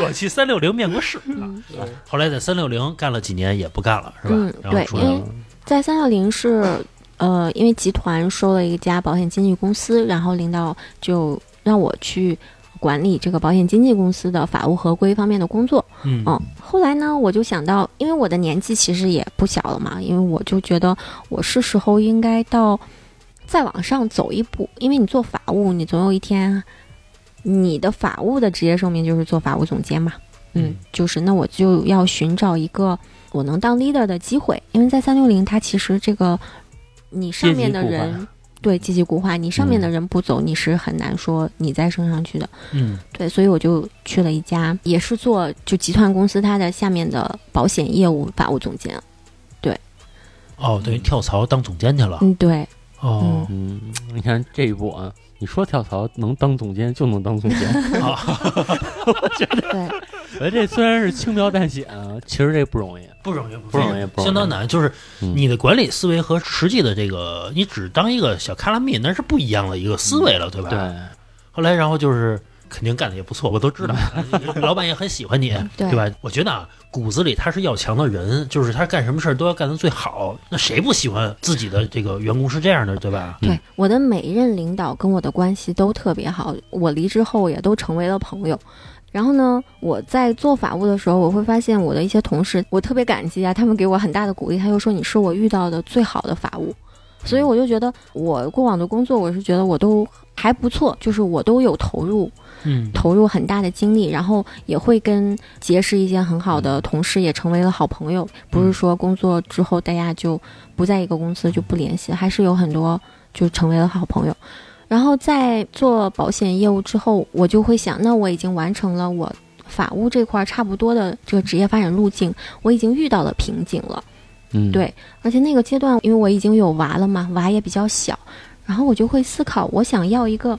我去三六零面过试啊。嗯，后来在三六零干了几年也不干了，是吧？嗯然后对出来因为了，嗯在三六零是，呃，因为集团收了一家保险经纪公司，然后领导就让我去管理这个保险经纪公司的法务合规方面的工作。嗯嗯，后来呢，我就想到，因为我的年纪其实也不小了嘛，因为我就觉得我是时候应该到再往上走一步，因为你做法务，你总有一天，你的法务的职业寿命就是做法务总监嘛。嗯嗯，就是那我就要寻找一个我能当 leader 的机会，因为在三六零，它其实这个你上面的阶级固化嗯人对阶级固化，你上面的人不走，你是很难说你再升上去的。嗯对，所以我就去了一家也是做就集团公司它的下面的保险业务法务总监。哦，等于跳槽当总监去了。嗯，对，哦，嗯，你看这一步啊，你说跳槽能当总监就能当总监， [laughs] 对， [laughs] 哎，这虽然是轻描淡写啊，其实这不容易。不容易，不不容易不容易相当难。就是嗯你的管理思维和实际的这个，你只当一个小卡拉米，那是不一样的一个思维了，对吧？对，后来，然后就是肯定干的也不错，我都知道，老板也很喜欢你，对对吧？我觉得啊，骨子里他是要强的人，就是他干什么事儿都要干得最好。那谁不喜欢自己的这个员工是这样的，对吧？对，我的每一任领导跟我的关系都特别好，我离职后也都成为了朋友。然后呢，我在做法务的时候，我会发现我的一些同事，我特别感激啊，他们给我很大的鼓励。他又说你是我遇到的最好的法务，所以我就觉得我过往的工作，我是觉得我都还不错，就是我都有投入，嗯，投入很大的精力，然后也会跟结识一些很好的同事，也成为了好朋友。不是说工作之后大家就不在一个公司就不联系，还是有很多就成为了好朋友。然后在做保险业务之后，我就会想，那我已经完成了我法务这块儿差不多的这个职业发展路径，我已经遇到了瓶颈了。嗯，对而且那个阶段，因为我已经有娃了嘛，娃也比较小，然后我就会思考，我想要一个，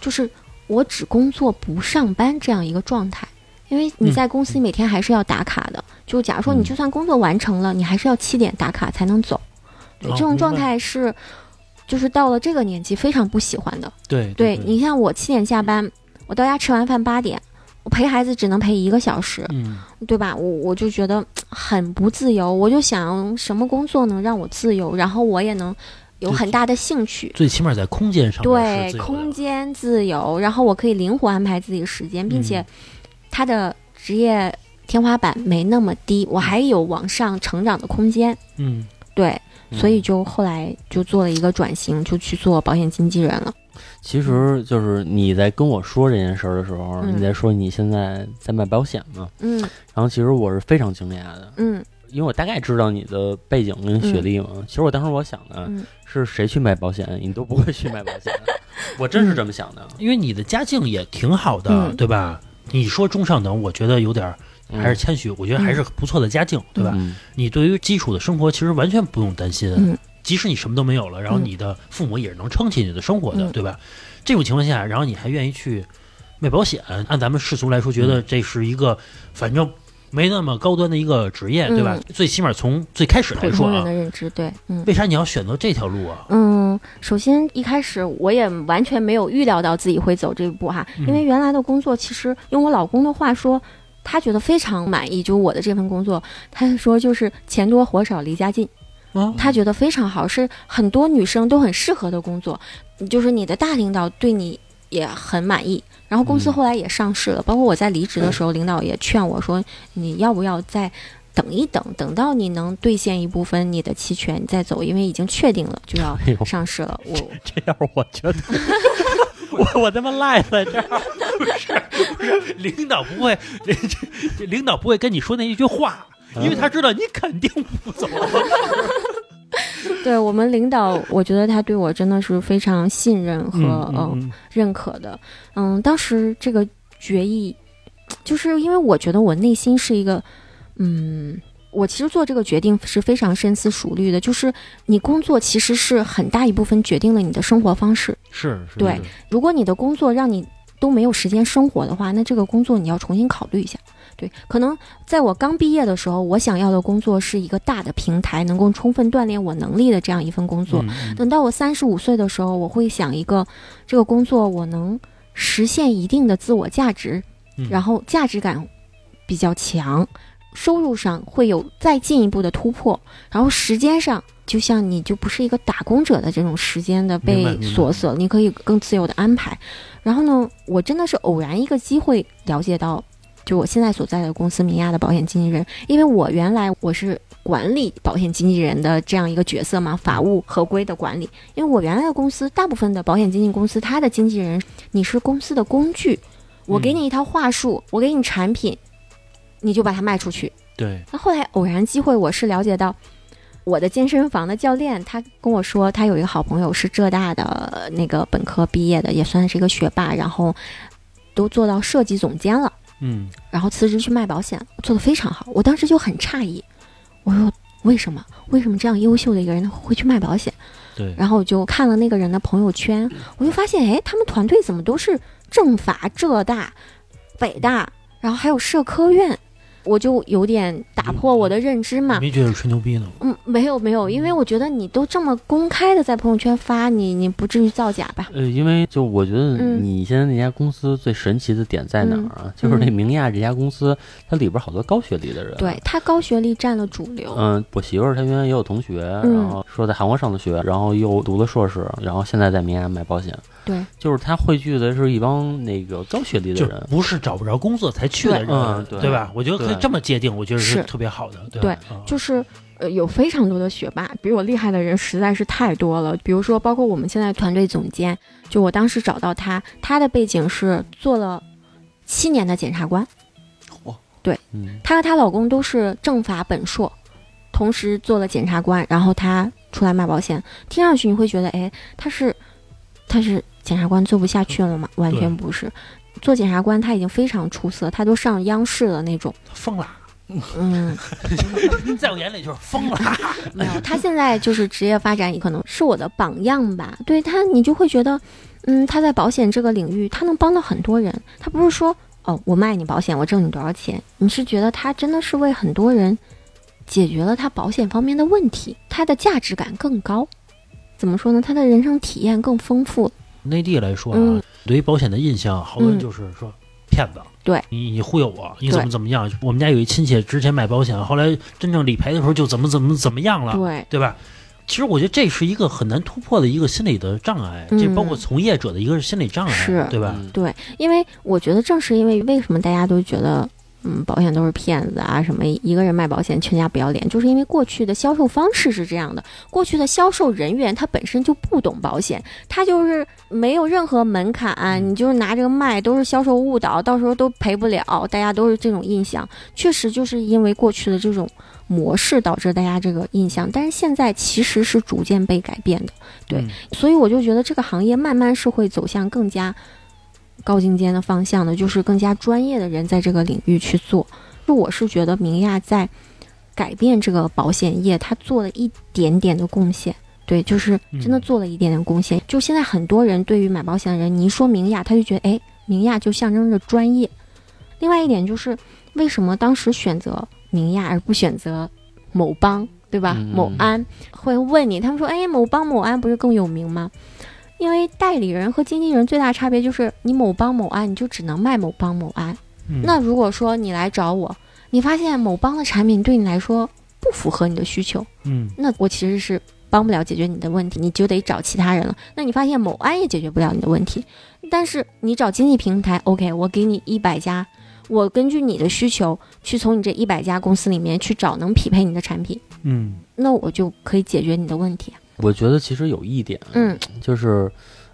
就是我只工作不上班这样一个状态。因为你嗯在公司每天还是要打卡的，就假如说你就算工作完成了，你还是要七点打卡才能走。对，哦这种明状白态是，就是到了这个年纪非常不喜欢的。对对你像我七点下班，我到家吃完饭八点，我陪孩子只能陪一个小时，嗯，对吧？我我就觉得很不自由，我就想什么工作能让我自由，然后我也能有对很大的兴趣。最起码在空间上面对是自，由的空间自由，然后我可以灵活安排自己的时间，并嗯且他的职业天花板没那么低，我还有往上成长的空间。嗯，对，嗯所以就后来就做了一个转型，就去做保险经纪人了。其实就是你在跟我说这件事儿的时候，嗯你在说你现在在卖保险嘛，嗯然后其实我是非常惊讶的，嗯因为我大概知道你的背景跟学历嘛。其实我当时我想的嗯是，谁去卖保险，你都不会去卖保 [laughs] 险，我真是这么想的。因为你的家境也挺好的，嗯对吧？你说中上等，我觉得有点儿嗯还是谦虚，我觉得还是不错的家境，对吧？嗯，你对于基础的生活其实完全不用担心，嗯即使你什么都没有了，然后嗯你的父母也是能撑起你的生活的，嗯对吧？这种情况下，然后你还愿意去卖保险，按咱们世俗来说，觉得嗯这是一个反正没那么高端的一个职业，对吧？最起码从最开始来普说通人啊的，认知，嗯对，嗯。为啥你要选择这条路啊？嗯，首先一开始我也完全没有预料到自己会走这一步哈，因为原来的工作其实用我老公的话说，他觉得非常满意，就我的这份工作，他说就是钱多活少离家近，啊，他觉得非常好，是很多女生都很适合的工作，就是你的大领导对你也很满意。然后公司嗯后来也上市了，包括我在离职的时候，领导也劝我说，你要不要再等一等，等到你能兑现一部分你的期权，你再走，因为已经确定了就要哎呦，上市了。我这样我觉得我我他妈赖在这儿，领导不会，领这领导不会跟你说那一句话，嗯因为他知道你肯定不走。对我们领导，我觉得他对我真的是非常信任和嗯嗯、认可的。嗯，当时这个决议，就是因为我觉得我内心是一个，嗯，我其实做这个决定是非常深思熟虑的。就是你工作其实是很大一部分决定了你的生活方式。是是，对是，如果你的工作让你都没有时间生活的话，那这个工作你要重新考虑一下。对，可能在我刚毕业的时候，我想要的工作是一个大的平台，能够充分锻炼我能力的这样一份工作。嗯嗯等到我三十五岁的时候，我会想一个这个工作我能实现一定的自我价值，嗯然后价值感比较强，收入上会有再进一步的突破，然后时间上。就像你就不是一个打工者的这种时间的明白被明白锁死了，你可以更自由的安排。然后呢，我真的是偶然一个机会了解到，就我现在所在的公司明亚的保险经纪人，因为我原来我是管理保险经纪人的这样一个角色嘛，法务合规的管理。因为我原来的公司，大部分的保险经纪公司，它的经纪人你是公司的工具，我给你一套话术，我给你产品，你就把它卖出去。对，那后来偶然机会，我是了解到。我的健身房的教练，他跟我说，他有一个好朋友是浙大的呃那个本科毕业的，也算是一个学霸，然后都做到设计总监了。嗯然后辞职去卖保险，做得非常好。我当时就很诧异，我说为什么？为什么这样优秀的一个人会去卖保险？对，然后我就看了那个人的朋友圈，我就发现，哎，他们团队怎么都是政法、浙大、北大，然后还有社科院，我就有点打破我的认知嘛。没觉得吹牛逼呢吗？嗯，没有没有，因为我觉得你都这么公开的在朋友圈发，你你不至于造假吧？呃，因为就我觉得嗯你现在那家公司最神奇的点在哪儿啊？就是那明亚这家公司，它里边好多高学历的人。嗯对他高学历占了主流，嗯，我媳妇儿她原来也有同学，嗯然后说在韩国上的学，然后又读了硕士，然后现在在明亚卖保险。对，就是他汇聚的是一帮那个高学历的就人。不是找不着工作才去的人，对嗯对对吧？我觉得可以对这么界定，我觉得是是特别好的，对对吧？嗯就是呃有非常多的学霸，比我厉害的人实在是太多了。比如说，包括我们现在团队总监，就我当时找到他，他的背景是做了七年的检察官，嗯，她和她老公都是政法本硕，同时做了检察官，然后她出来卖保险。听上去你会觉得，哎，她是她是检察官做不下去了吗？完全不是，做检察官她已经非常出色，她都上央视的那种。疯了，嗯，在我眼里就是疯了。没有，她现在就是职业发展，可能是我的榜样吧。对她，你就会觉得，嗯，她在保险这个领域，她能帮到很多人。她不是说，哦，我卖你保险，我挣你多少钱？你是觉得她真的是为很多人解决了她保险方面的问题，她的价值感更高。怎么说呢？她的人生体验更丰富。内地来说啊嗯，对于保险的印象，好多人嗯就是说骗子。对你，你忽悠我，你怎么对怎么样？我们家有一亲戚之前买保险，后来真正理赔的时候就怎么怎么怎么样了，对，对吧？其实我觉得这是一个很难突破的一个心理的障碍，嗯这包括从业者的一个心理障是碍，对吧？嗯因为我觉得正是因为为什么大家都觉得。嗯，保险都是骗子啊！什么一个人卖保险，全家不要脸，就是因为过去的销售方式是这样的。过去的销售人员他本身就不懂保险，他就是没有任何门槛、你就是拿这个卖都是销售误导，到时候都赔不了，大家都是这种印象。确实就是因为过去的这种模式导致大家这个印象，但是现在其实是逐渐被改变的。对嗯所以我就觉得这个行业慢慢是会走向更加高精尖的方向的，就是更加专业的人在这个领域去做。就我是觉得明亚在改变这个保险业，他做了一点点的贡献。对，就是真的嗯做了一点点贡献。就现在很多人对于买保险的人，你一说明亚，他就觉得哎，明亚就象征着专业。另外一点就是，为什么当时选择明亚而不选择某邦，对吧？嗯某安会问你，他们说，哎，某邦某安不是更有名吗？因为代理人和经纪人最大差别就是，你某邦某安你就只能卖某邦某安。嗯那如果说你来找我，你发现某邦的产品对你来说不符合你的需求，嗯，那我其实是帮不了解决你的问题，你就得找其他人了。那你发现某安也解决不了你的问题，但是你找经济平台，OK，我给你一百家，我根据你的需求去从你这一百家公司里面去找能匹配你的产品，嗯，那我就可以解决你的问题啊。我觉得其实有一点，嗯，就是，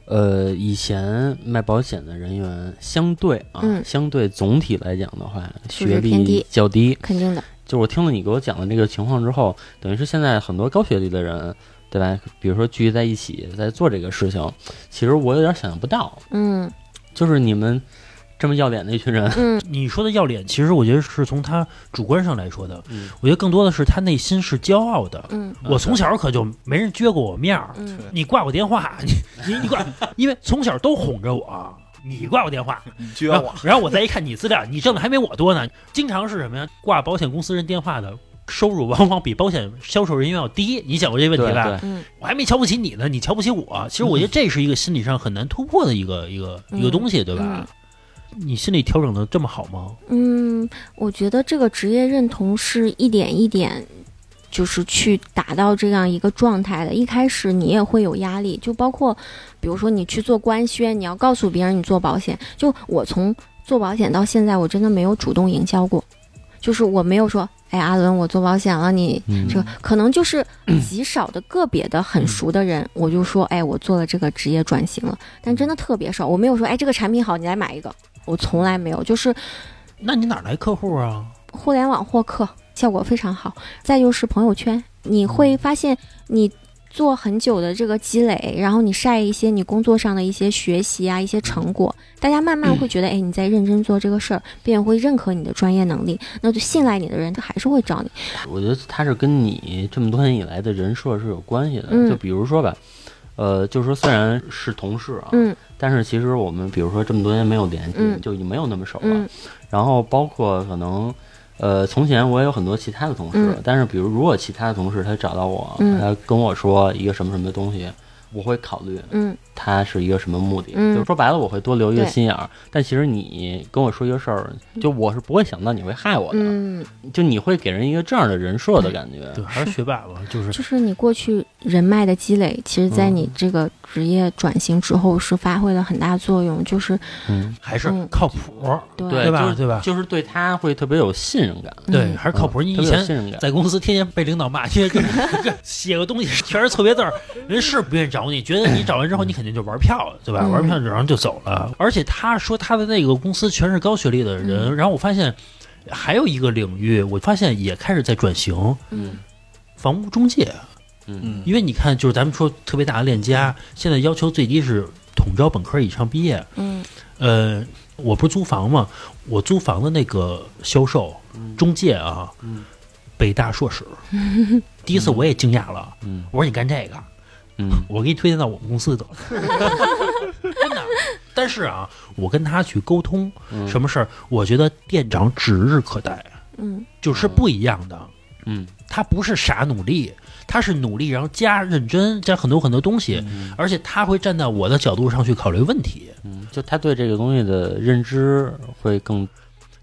呃，以前卖保险的人员相对啊，嗯相对总体来讲的话，素学质偏历低较低。肯定的，就是我听了你给我讲的这个情况之后，等于是现在很多高学历的人，对吧？比如说聚集在一起在做这个事情，其实我有点想象不到，嗯就是你们这么要脸的一群人，嗯，你说的要脸，其实我觉得是从他主观上来说的，嗯我觉得更多的是他内心是骄傲的。嗯我从小可就没人撅过我面儿，嗯， [laughs] 你挂我电话，你你你挂，因为从小都哄着我，你挂我 [laughs] 电话，你撅然后然后我再一看你资料，你挣的还没我多呢。经常是什么呀？挂保险公司人电话的收入往往比保险销售人员要低，你想过这 [laughs] 问题对嗯吧？对，嗯我还没瞧不起你呢，你瞧不起我。其实我觉得这是一个心理上很难突破的一个一个一个嗯东西，对吧？你心理调整的这么好吗？嗯，我觉得这个职业认同是一点一点，就是去达到这样一个状态的。一开始你也会有压力，就包括，比如说你去做官宣，你要告诉别人你做保险。就我从做保险到现在，我真的没有主动营销过，就是我没有说，哎，阿伦，我做保险了，你嗯这个可能就是极少的个别的很熟的人，我就说，哎，我做了这个职业转型了，但真的特别少，我没有说，哎，这个产品好，你来买一个，我从来没有，就是。那你哪来客户啊？互联网获客效果非常好。再就是朋友圈，你会发现你做很久的这个积累，然后你晒一些你工作上的一些学习啊，一些成果，大家慢慢会觉得，哎，你在认真做这个事儿，并且会认可你的专业能力，那就信赖你的人，他还是会找你。我觉得它是跟你这么多年以来的人设是有关系的。嗯就比如说吧，呃，就是说虽然是同事啊，嗯但是其实我们比如说这么多年没有联系，嗯就已经没有那么熟了。嗯然后包括可能，呃，从前我也有很多其他的同事，嗯但是比如如果其他的同事他找到我，嗯他跟我说一个什么什么的东西，我会考虑嗯他是一个什么目的，嗯就是说白了我会多留一个对心眼儿。但其实你跟我说一个事儿，就我是不会想到你会害我的，嗯，就你会给人一个这样的人设的感觉。 [laughs] 对，还是学霸吧，就是嗯就是你过去人脉的积累，其实在嗯你这个职业转型之后是发挥了很大作用，就是嗯，还是嗯靠谱，对对吧就是对吧就是对他会特别有信任感，对，还是靠谱。嗯你特以别有前信任感。在公司天天被领导骂， [laughs] 因为跟跟写个东西全是错别字儿，人是不愿意找你，觉得你找完之后你肯定就玩票了，对吧？嗯玩票然后就走了。而且他说他的那个公司全是高学历的人，然后我发现还有一个领域，我发现也开始在转型，嗯房屋中介。嗯嗯，因为你看，就是咱们说特别大的链家，现在要求最低是统招本科以上毕业。嗯呃，我不是租房嘛，我租房的那个销售中介啊，嗯北大硕 [laughs] 士。第一次我也惊讶了，嗯我说你干这个，嗯我给你推荐到我们公司得 [laughs] 了。真的。但是啊，我跟他去沟通嗯，什么事儿，我觉得店长指日可待，嗯就是不一样的。嗯他不是傻努力，他是努力，然后加认真，加很多很多东西，而且他会站在我的角度上去考虑问题，嗯，就他对这个东西的认知会更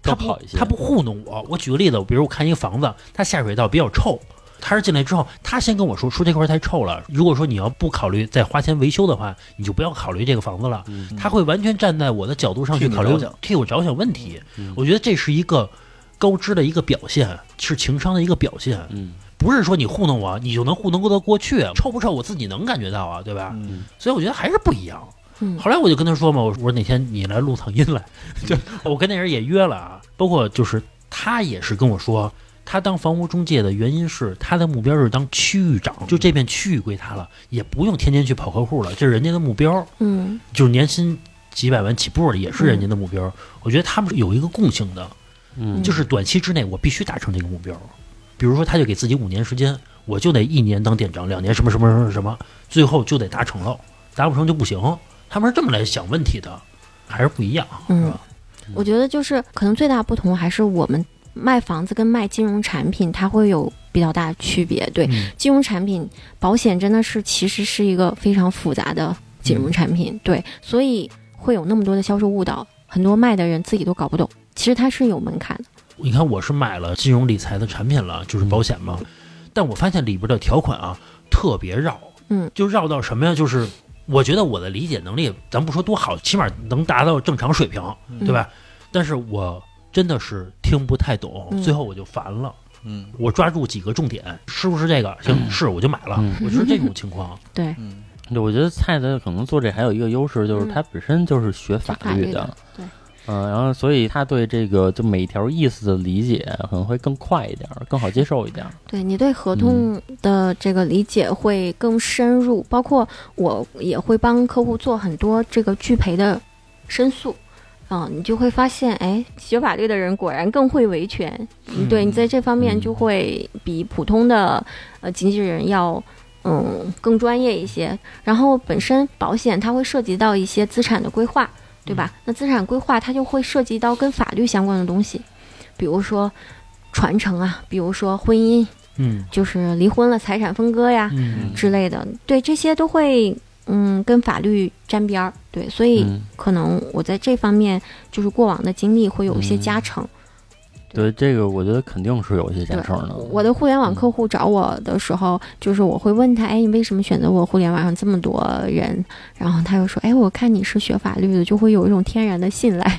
他更不好一些。他不糊弄我。我举个例子，比如我看一个房子，它下水道比较臭。他是进来之后，他先跟我说说这块儿太臭了。如果说你要不考虑再花钱维修的话，你就不要考虑这个房子了。嗯他会完全站在我的角度上去替你考虑着想，替我着想问题。嗯我觉得这是一个高知的一个表现，是情商的一个表现。嗯不是说你糊弄我，你就能糊弄得过去。臭不臭，我自己能感觉到啊，对吧？嗯所以我觉得还是不一样。嗯后来我就跟他说嘛，我说我哪天你来录趟音来，就我跟那人也约了啊。包括就是他也是跟我说，他当房屋中介的原因是他的目标是当区域长，就这片区域归他了，也不用天天去跑客户了，这是人家的目标。嗯就是年薪几百万起步的，也是人家的目标。我觉得他们有一个共性的，嗯，就是短期之内我必须达成这个目标。比如说，他就给自己五年时间，我就得一年当店长，两年什么什么什么什么，最后就得达成了，达不成就不行。他们是这么来想问题的，还是不一样，啊是嗯吧？，我觉得就是可能最大不同还是我们卖房子跟卖金融产品，它会有比较大的区别。对，嗯金融产品，保险真的是其实是一个非常复杂的金融产品，对，所以会有那么多的销售误导，很多卖的人自己都搞不懂。其实它是有门槛的，你看，我是买了金融理财的产品了，就是保险嗯嘛，但我发现里边的条款啊特别绕，嗯，就绕到什么呀？就是我觉得我的理解能力，咱不说多好，起码能达到正常水平，嗯对吧？但是我真的是听不太懂，嗯最后我就烦了。嗯我抓住几个重点，是不是这个？行，是我就买了。嗯我就是这种情况。对，嗯对，我觉得菜的可能做这还有一个优势，就是嗯他本身就是学学法法律律的对嗯、然后所以他对这个就每一条意思的理解可能会更快一点儿，更好接受一点儿。对你对合同的这个理解会更深入，包括我也会帮客户做很多这个拒赔的申诉。啊、你就会发现，哎，学法律的人果然更会维权，对你在这方面就会比普通的呃经纪人要嗯更专业一些。然后本身保险它会涉及到一些资产的规划，对吧？那资产规划它就会涉及到跟法律相关的东西，比如说传承啊，比如说婚姻，嗯就是离婚了财产分割呀嗯之类的，对这些都会嗯跟法律沾边儿，对，所以嗯，可能我在这方面就是过往的经历会有一些加成。对，这个我觉得肯定是有一些加对成的。我的互联网客户找我的时候，就是我会问他，哎，你为什么选择我互联网上这么多人？然后他又说，哎，我看你是学法律的，就会有一种天然的信赖。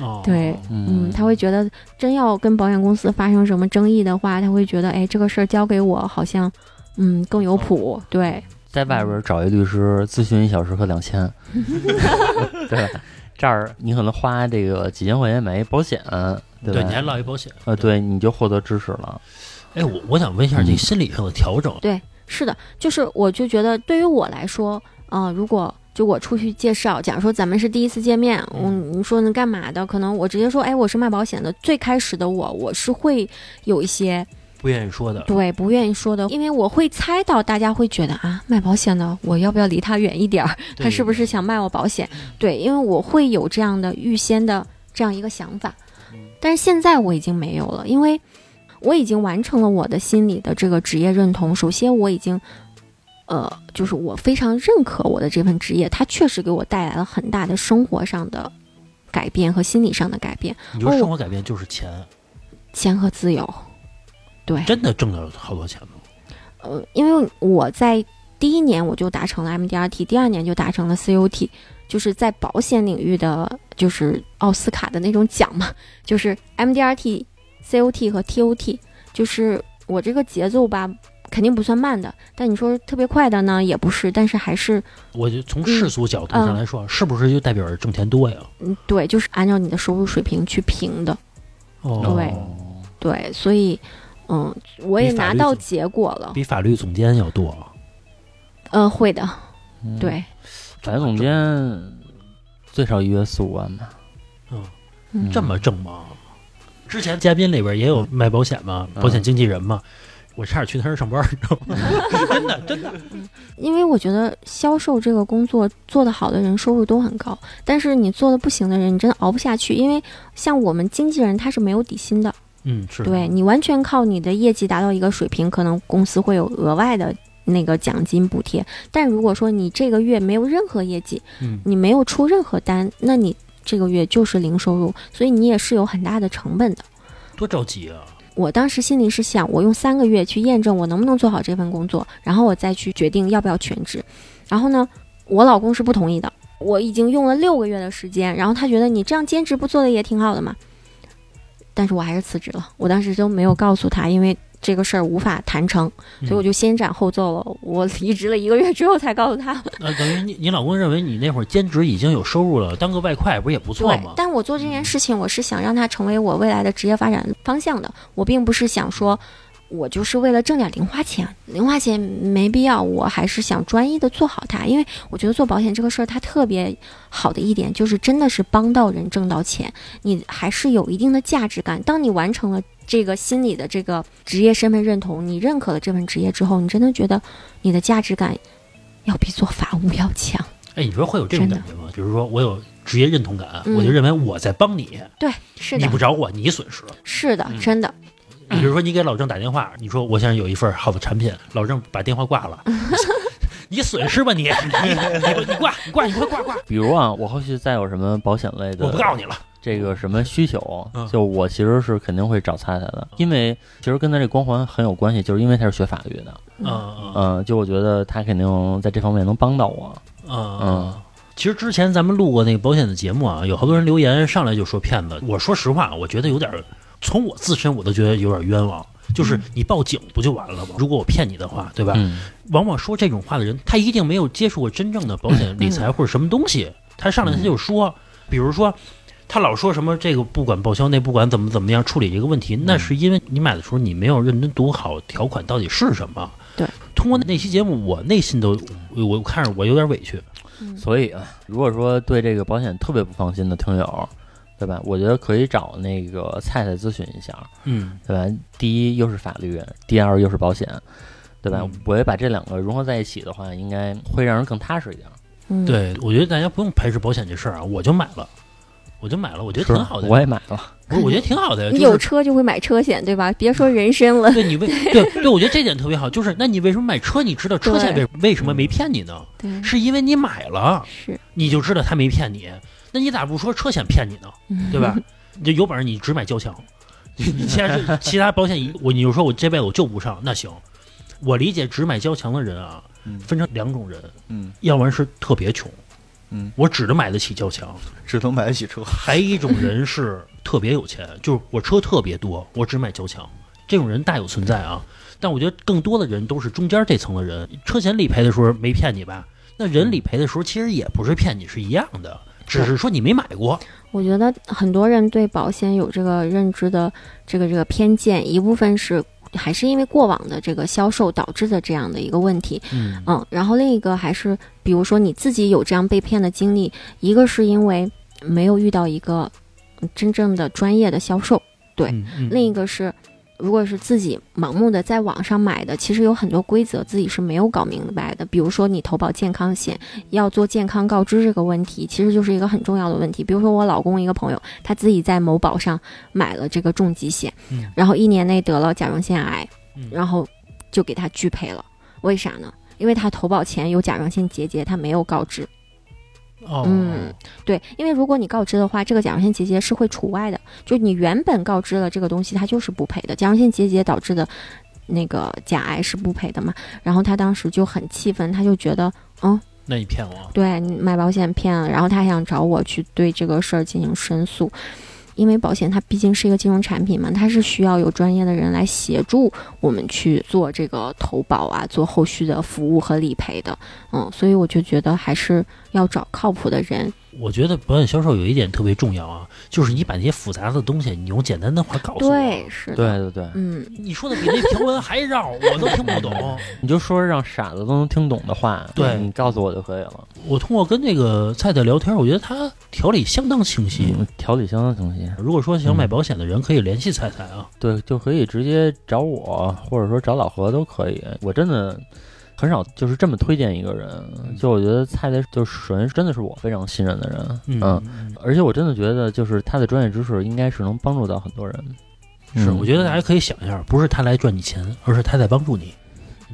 哦，对，嗯嗯，他会觉得真要跟保险公司发生什么争议的话，他会觉得，哎，这个事儿交给我好像，嗯，更有谱。对，在外边找一律师咨询一小时可 [laughs] 两千，对吧？这儿你可能花这个几千块钱买一保险，对吧？对，你还啊落一保险。呃，对，你就获得知识了。哎，我我想问一下，这嗯心理上的调整，对，是的，就是我就觉得对于我来说，啊、如果就我出去介绍，假如说咱们是第一次见面，嗯，你说你干嘛的？可能我直接说，哎，我是卖保险的。最开始的我，我是会有一些不愿意说的，对不愿意说的，因为我会猜到大家会觉得啊，卖保险的，我要不要离他远一点儿？对嗯他是不是想卖我保险？对，因为我会有这样的预先的这样一个想法，嗯但是现在我已经没有了，因为我已经完成了我的心理的这个职业认同。首先，我已经，呃，就是我非常认可我的这份职业，它确实给我带来了很大的生活上的改变和心理上的改变，你说生活改变就是钱，钱和自由。对，真的挣了好多钱吗？呃，因为我在第一年我就达成了 MDRT，第二年就达成了 COT，就是在保险领域的，就是奥斯卡的那种奖嘛， [laughs] 就是 MDRT、COT 和 TOT，就是我这个节奏吧，肯定不算慢的，但你说特别快的呢，也不是，但是还是我就从世俗角度上来说，是不是就代表着挣钱多呀？嗯，对，就是按照你的收入水平去评的，哦哦对哦对，所以。嗯，我也比法拿律到总结果了。比法律总监要多。呃，会的，嗯，对，法律总监最少一月四五万吧。嗯嗯这么挣吗？之前嘉宾里边也有卖保险嘛，嗯保险经纪人嘛，我差点去他那儿上班，你知道吗？ [laughs] 真的真的，因为我觉得销售这个工作做得好的人收入都很高，但是你做的不行的人，你真的熬不下去。因为像我们经纪人他是没有底薪的，嗯，是对你完全靠你的业绩达到一个水平，可能公司会有额外的那个奖金补贴。但如果说你这个月没有任何业绩，嗯你没有出任何单，那你这个月就是零收入，所以你也是有很大的成本的。多着急啊！我当时心里是想，我用三个月去验证我能不能做好这份工作，然后我再去决定要不要全职。然后呢，我老公是不同意的。我已经用了六个月的时间，然后他觉得你这样兼职不做的也挺好的嘛。但是我还是辞职了，我当时都没有告诉他，因为这个事儿无法谈成，嗯所嗯以我就先斩后奏了。我离职了一个月之后才告诉他。那呃等于你你老公认为你那会儿兼职已经有收入了，当个外快不是也不错对吗，？嗯但我做这件事情，我是想让它成为我未来的职业发展方向的。我并不是想说，我就是为了挣点零花钱，零花钱没必要。我还是想专一的做好它，因为我觉得做保险这个事儿，它特别好的一点就是真的是帮到人挣到钱，你还是有一定的价值感。当你完成了。这个心理的这个职业身份认同，你认可了这份职业之后，你真的觉得你的价值感要比做法务要强。哎，你说会有这种真的感觉吗？比如说我有职业认同感，嗯我就认为我在帮你，对，是你的不，找我，你损失。是的嗯，真的。你比如说，你给老郑打电话，你说我现在有一份好的产品，老郑把电话 [laughs] 挂了，你损失吧你，你你挂你挂你快挂挂，比如啊，我后续再有什么保险类的，我不告诉你了。这个什么需求嗯，就我其实是肯定会找菜菜的，因为其实跟他这光环很有关系，就是因为他是学法律的，嗯嗯嗯嗯，就我觉得他肯定在这方面能帮到我，嗯嗯其实之前咱们录过那个保险的节目啊，有好多人留言上来就说骗子。我说实话，我觉得有点儿，从我自身我都觉得有点冤枉。就是你报警不就完了吗？如果我骗你的话，对吧？嗯，往往说这种话的人，他一定没有接触过真正的保险理财或者什么东西。他上来他就说，比如说，他老说什么这个不管报销，那不管怎么怎么样处理这个问题，那是因为你买的时候你没有认真读好条款到底是什么。对，通过那期节目，我内心都我我看着我有点委屈。嗯所以啊，如果说对这个保险特别不放心的听友，对吧？我觉得可以找那个菜菜咨询一下，嗯，对吧？第一又是法律，第二又是保险，对吧嗯？我也把这两个融合在一起的话，应该会让人更踏实一点。嗯，对，我觉得大家不用排斥保险这事儿啊，我就买了，我就买了，我觉得挺好的，是我也买了，不是我觉得挺好 [laughs] 的呀，你就有是车就会买车险，对吧？别说人身了。对你为对对，我觉得这点特别好，就是那你为什么买车？你知道车险为对为什么没骗你呢？对，是因为你买了，是，你就知道他没骗你，那你咋不说车险骗你呢？嗯 [laughs] 对吧？你就有本事你只买交强，你其他其他保险一我你就说我这辈子我就不上，那行，我理解只买交强的人啊嗯，分成两种人，嗯，要不然是特别穷，嗯，我指着买得起交强，只能买得起车。还有一种人是特别有钱，就是我车特别多，我只买交强，这种人大有存在啊。但我觉得更多的人都是中间这层的人，车险理赔的时候没骗你吧？那人理赔的时候其实也不是骗你，是一样的，只是说你没买过。我觉得很多人对保险有这个认知的这个这个偏见，一部分是还是因为过往的这个销售导致的这样的一个问题。嗯嗯，然后另一个还是，比如说你自己有这样被骗的经历，一个是因为没有遇到一个真正的专业的销售，对嗯嗯另一个是，如果是自己盲目的在网上买的，其实有很多规则自己是没有搞明白的。比如说你投保健康险，要做健康告知这个问题，其实就是一个很重要的问题。比如说我老公一个朋友，他自己在某宝上买了这个重疾险，嗯然后一年内得了甲状腺癌，嗯然后就给他拒赔了。为啥呢？因为他投保前有甲状腺结节，他没有告知。哦，嗯对，因为如果你告知的话，这个甲状腺结节是会除外的，就你原本告知了这个东西，它就是不赔的。甲状腺结节导致的那个甲癌是不赔的嘛。然后他当时就很气愤，他就觉得，嗯，那你骗我，对你买保险骗了，然后他还想找我去对这个事儿进行申诉。因为保险它毕竟是一个金融产品嘛，它是需要有专业的人来协助我们去做这个投保啊，做后续的服务和理赔的。嗯，所以我就觉得还是要找靠谱的人我觉得保险销售有一点特别重要啊，就是你把那些复杂的东西，你用简单的话告诉我。对，，是对的，对对，嗯，你说的比那评文还绕，我都听不懂。你就说让傻子都能听懂的话，对你告诉我就可以了。我通过跟这个蔡蔡聊天，我觉得他条理相当清晰。嗯，条理相当清晰，如果说想买保险的人，可以联系蔡蔡啊。对，就可以直接找我，或者说找老何都可以。我真的很少就是这么推荐一个嗯人，就我觉得蔡的，就是首先真的是我非常信任的人，嗯，而且我真的觉得就是他的专业知识应该是能帮助到很多人。是，嗯我觉得大家可以想一下，不是他来赚你钱，而是他在帮助你。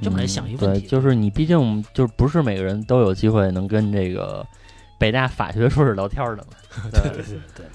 这么来想一个问嗯对，题，就是你毕竟就是不是每个人都有机会能跟这个北大法学硕士聊天的嘛。对对对对，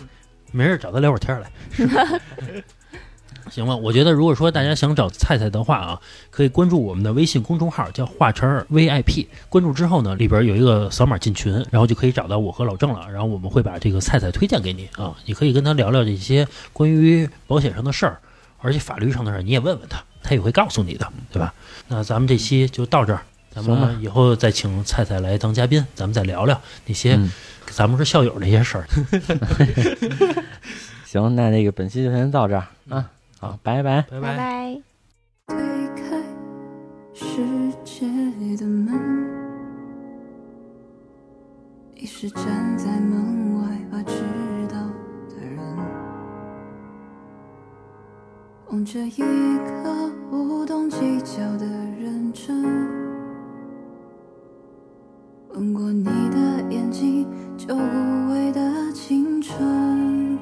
没事儿找他聊会儿天儿来。 [laughs] 行吧，我觉得如果说大家想找菜菜的话啊，可以关注我们的微信公众号，叫“华晨儿 VIP”。关注之后呢，里边有一个扫码进群，然后就可以找到我和老郑了。然后我们会把这个菜菜推荐给你啊，你可以跟他聊聊这些关于保险上的事儿，而且法律上的事儿你也问问他，他也会告诉你的，对吧？那咱们这期就到这儿，咱行吧们以后再请菜菜来当嘉宾，咱们再聊聊那些嗯咱们是校友那些事儿。行，那这个本期就先到这儿嗯啊，好，拜拜。拜拜拜。推开世界的门，你是站在门外怕迟到的人，望着一个不懂计较的认真。吻过你的眼睛，就无畏的青春。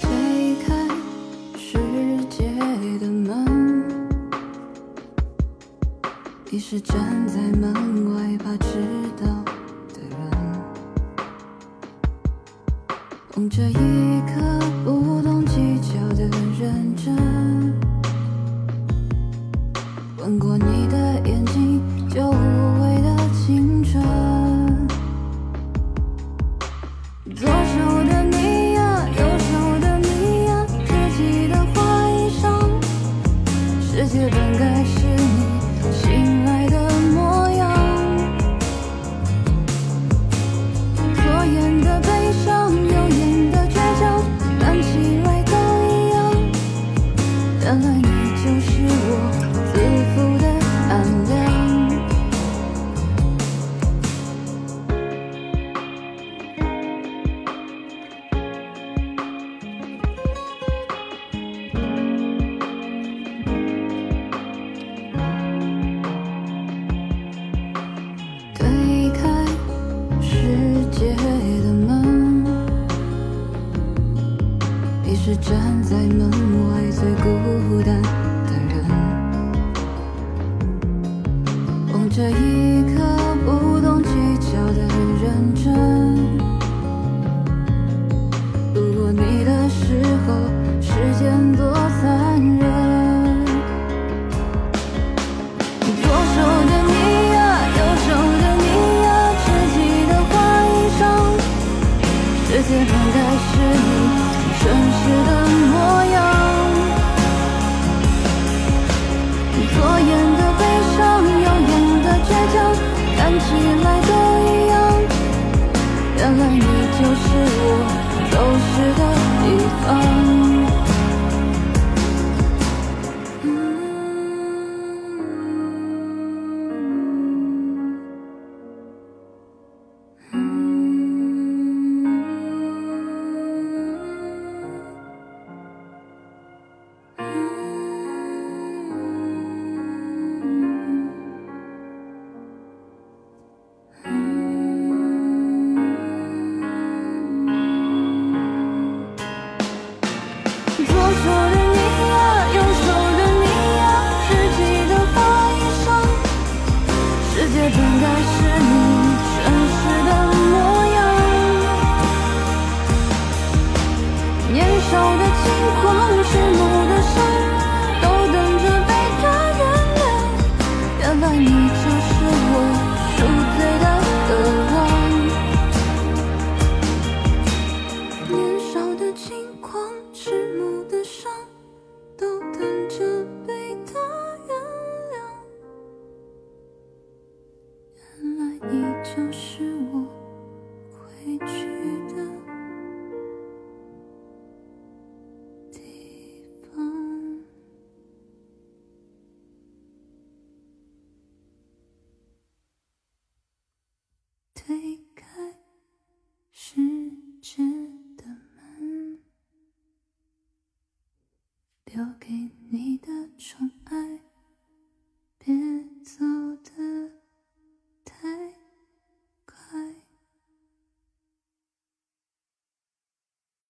推开世界的门，你是站在门外怕迟到的人，望着一个不懂计较的认真，吻过你的眼睛，就无畏的青春。左手的你呀，右手的你呀，自己的花衣裳，世界本该是你醒来的模样。左眼的悲伤，右眼的倔强，啊你就是我回去的地方。推开世界的门，留给你的宠爱。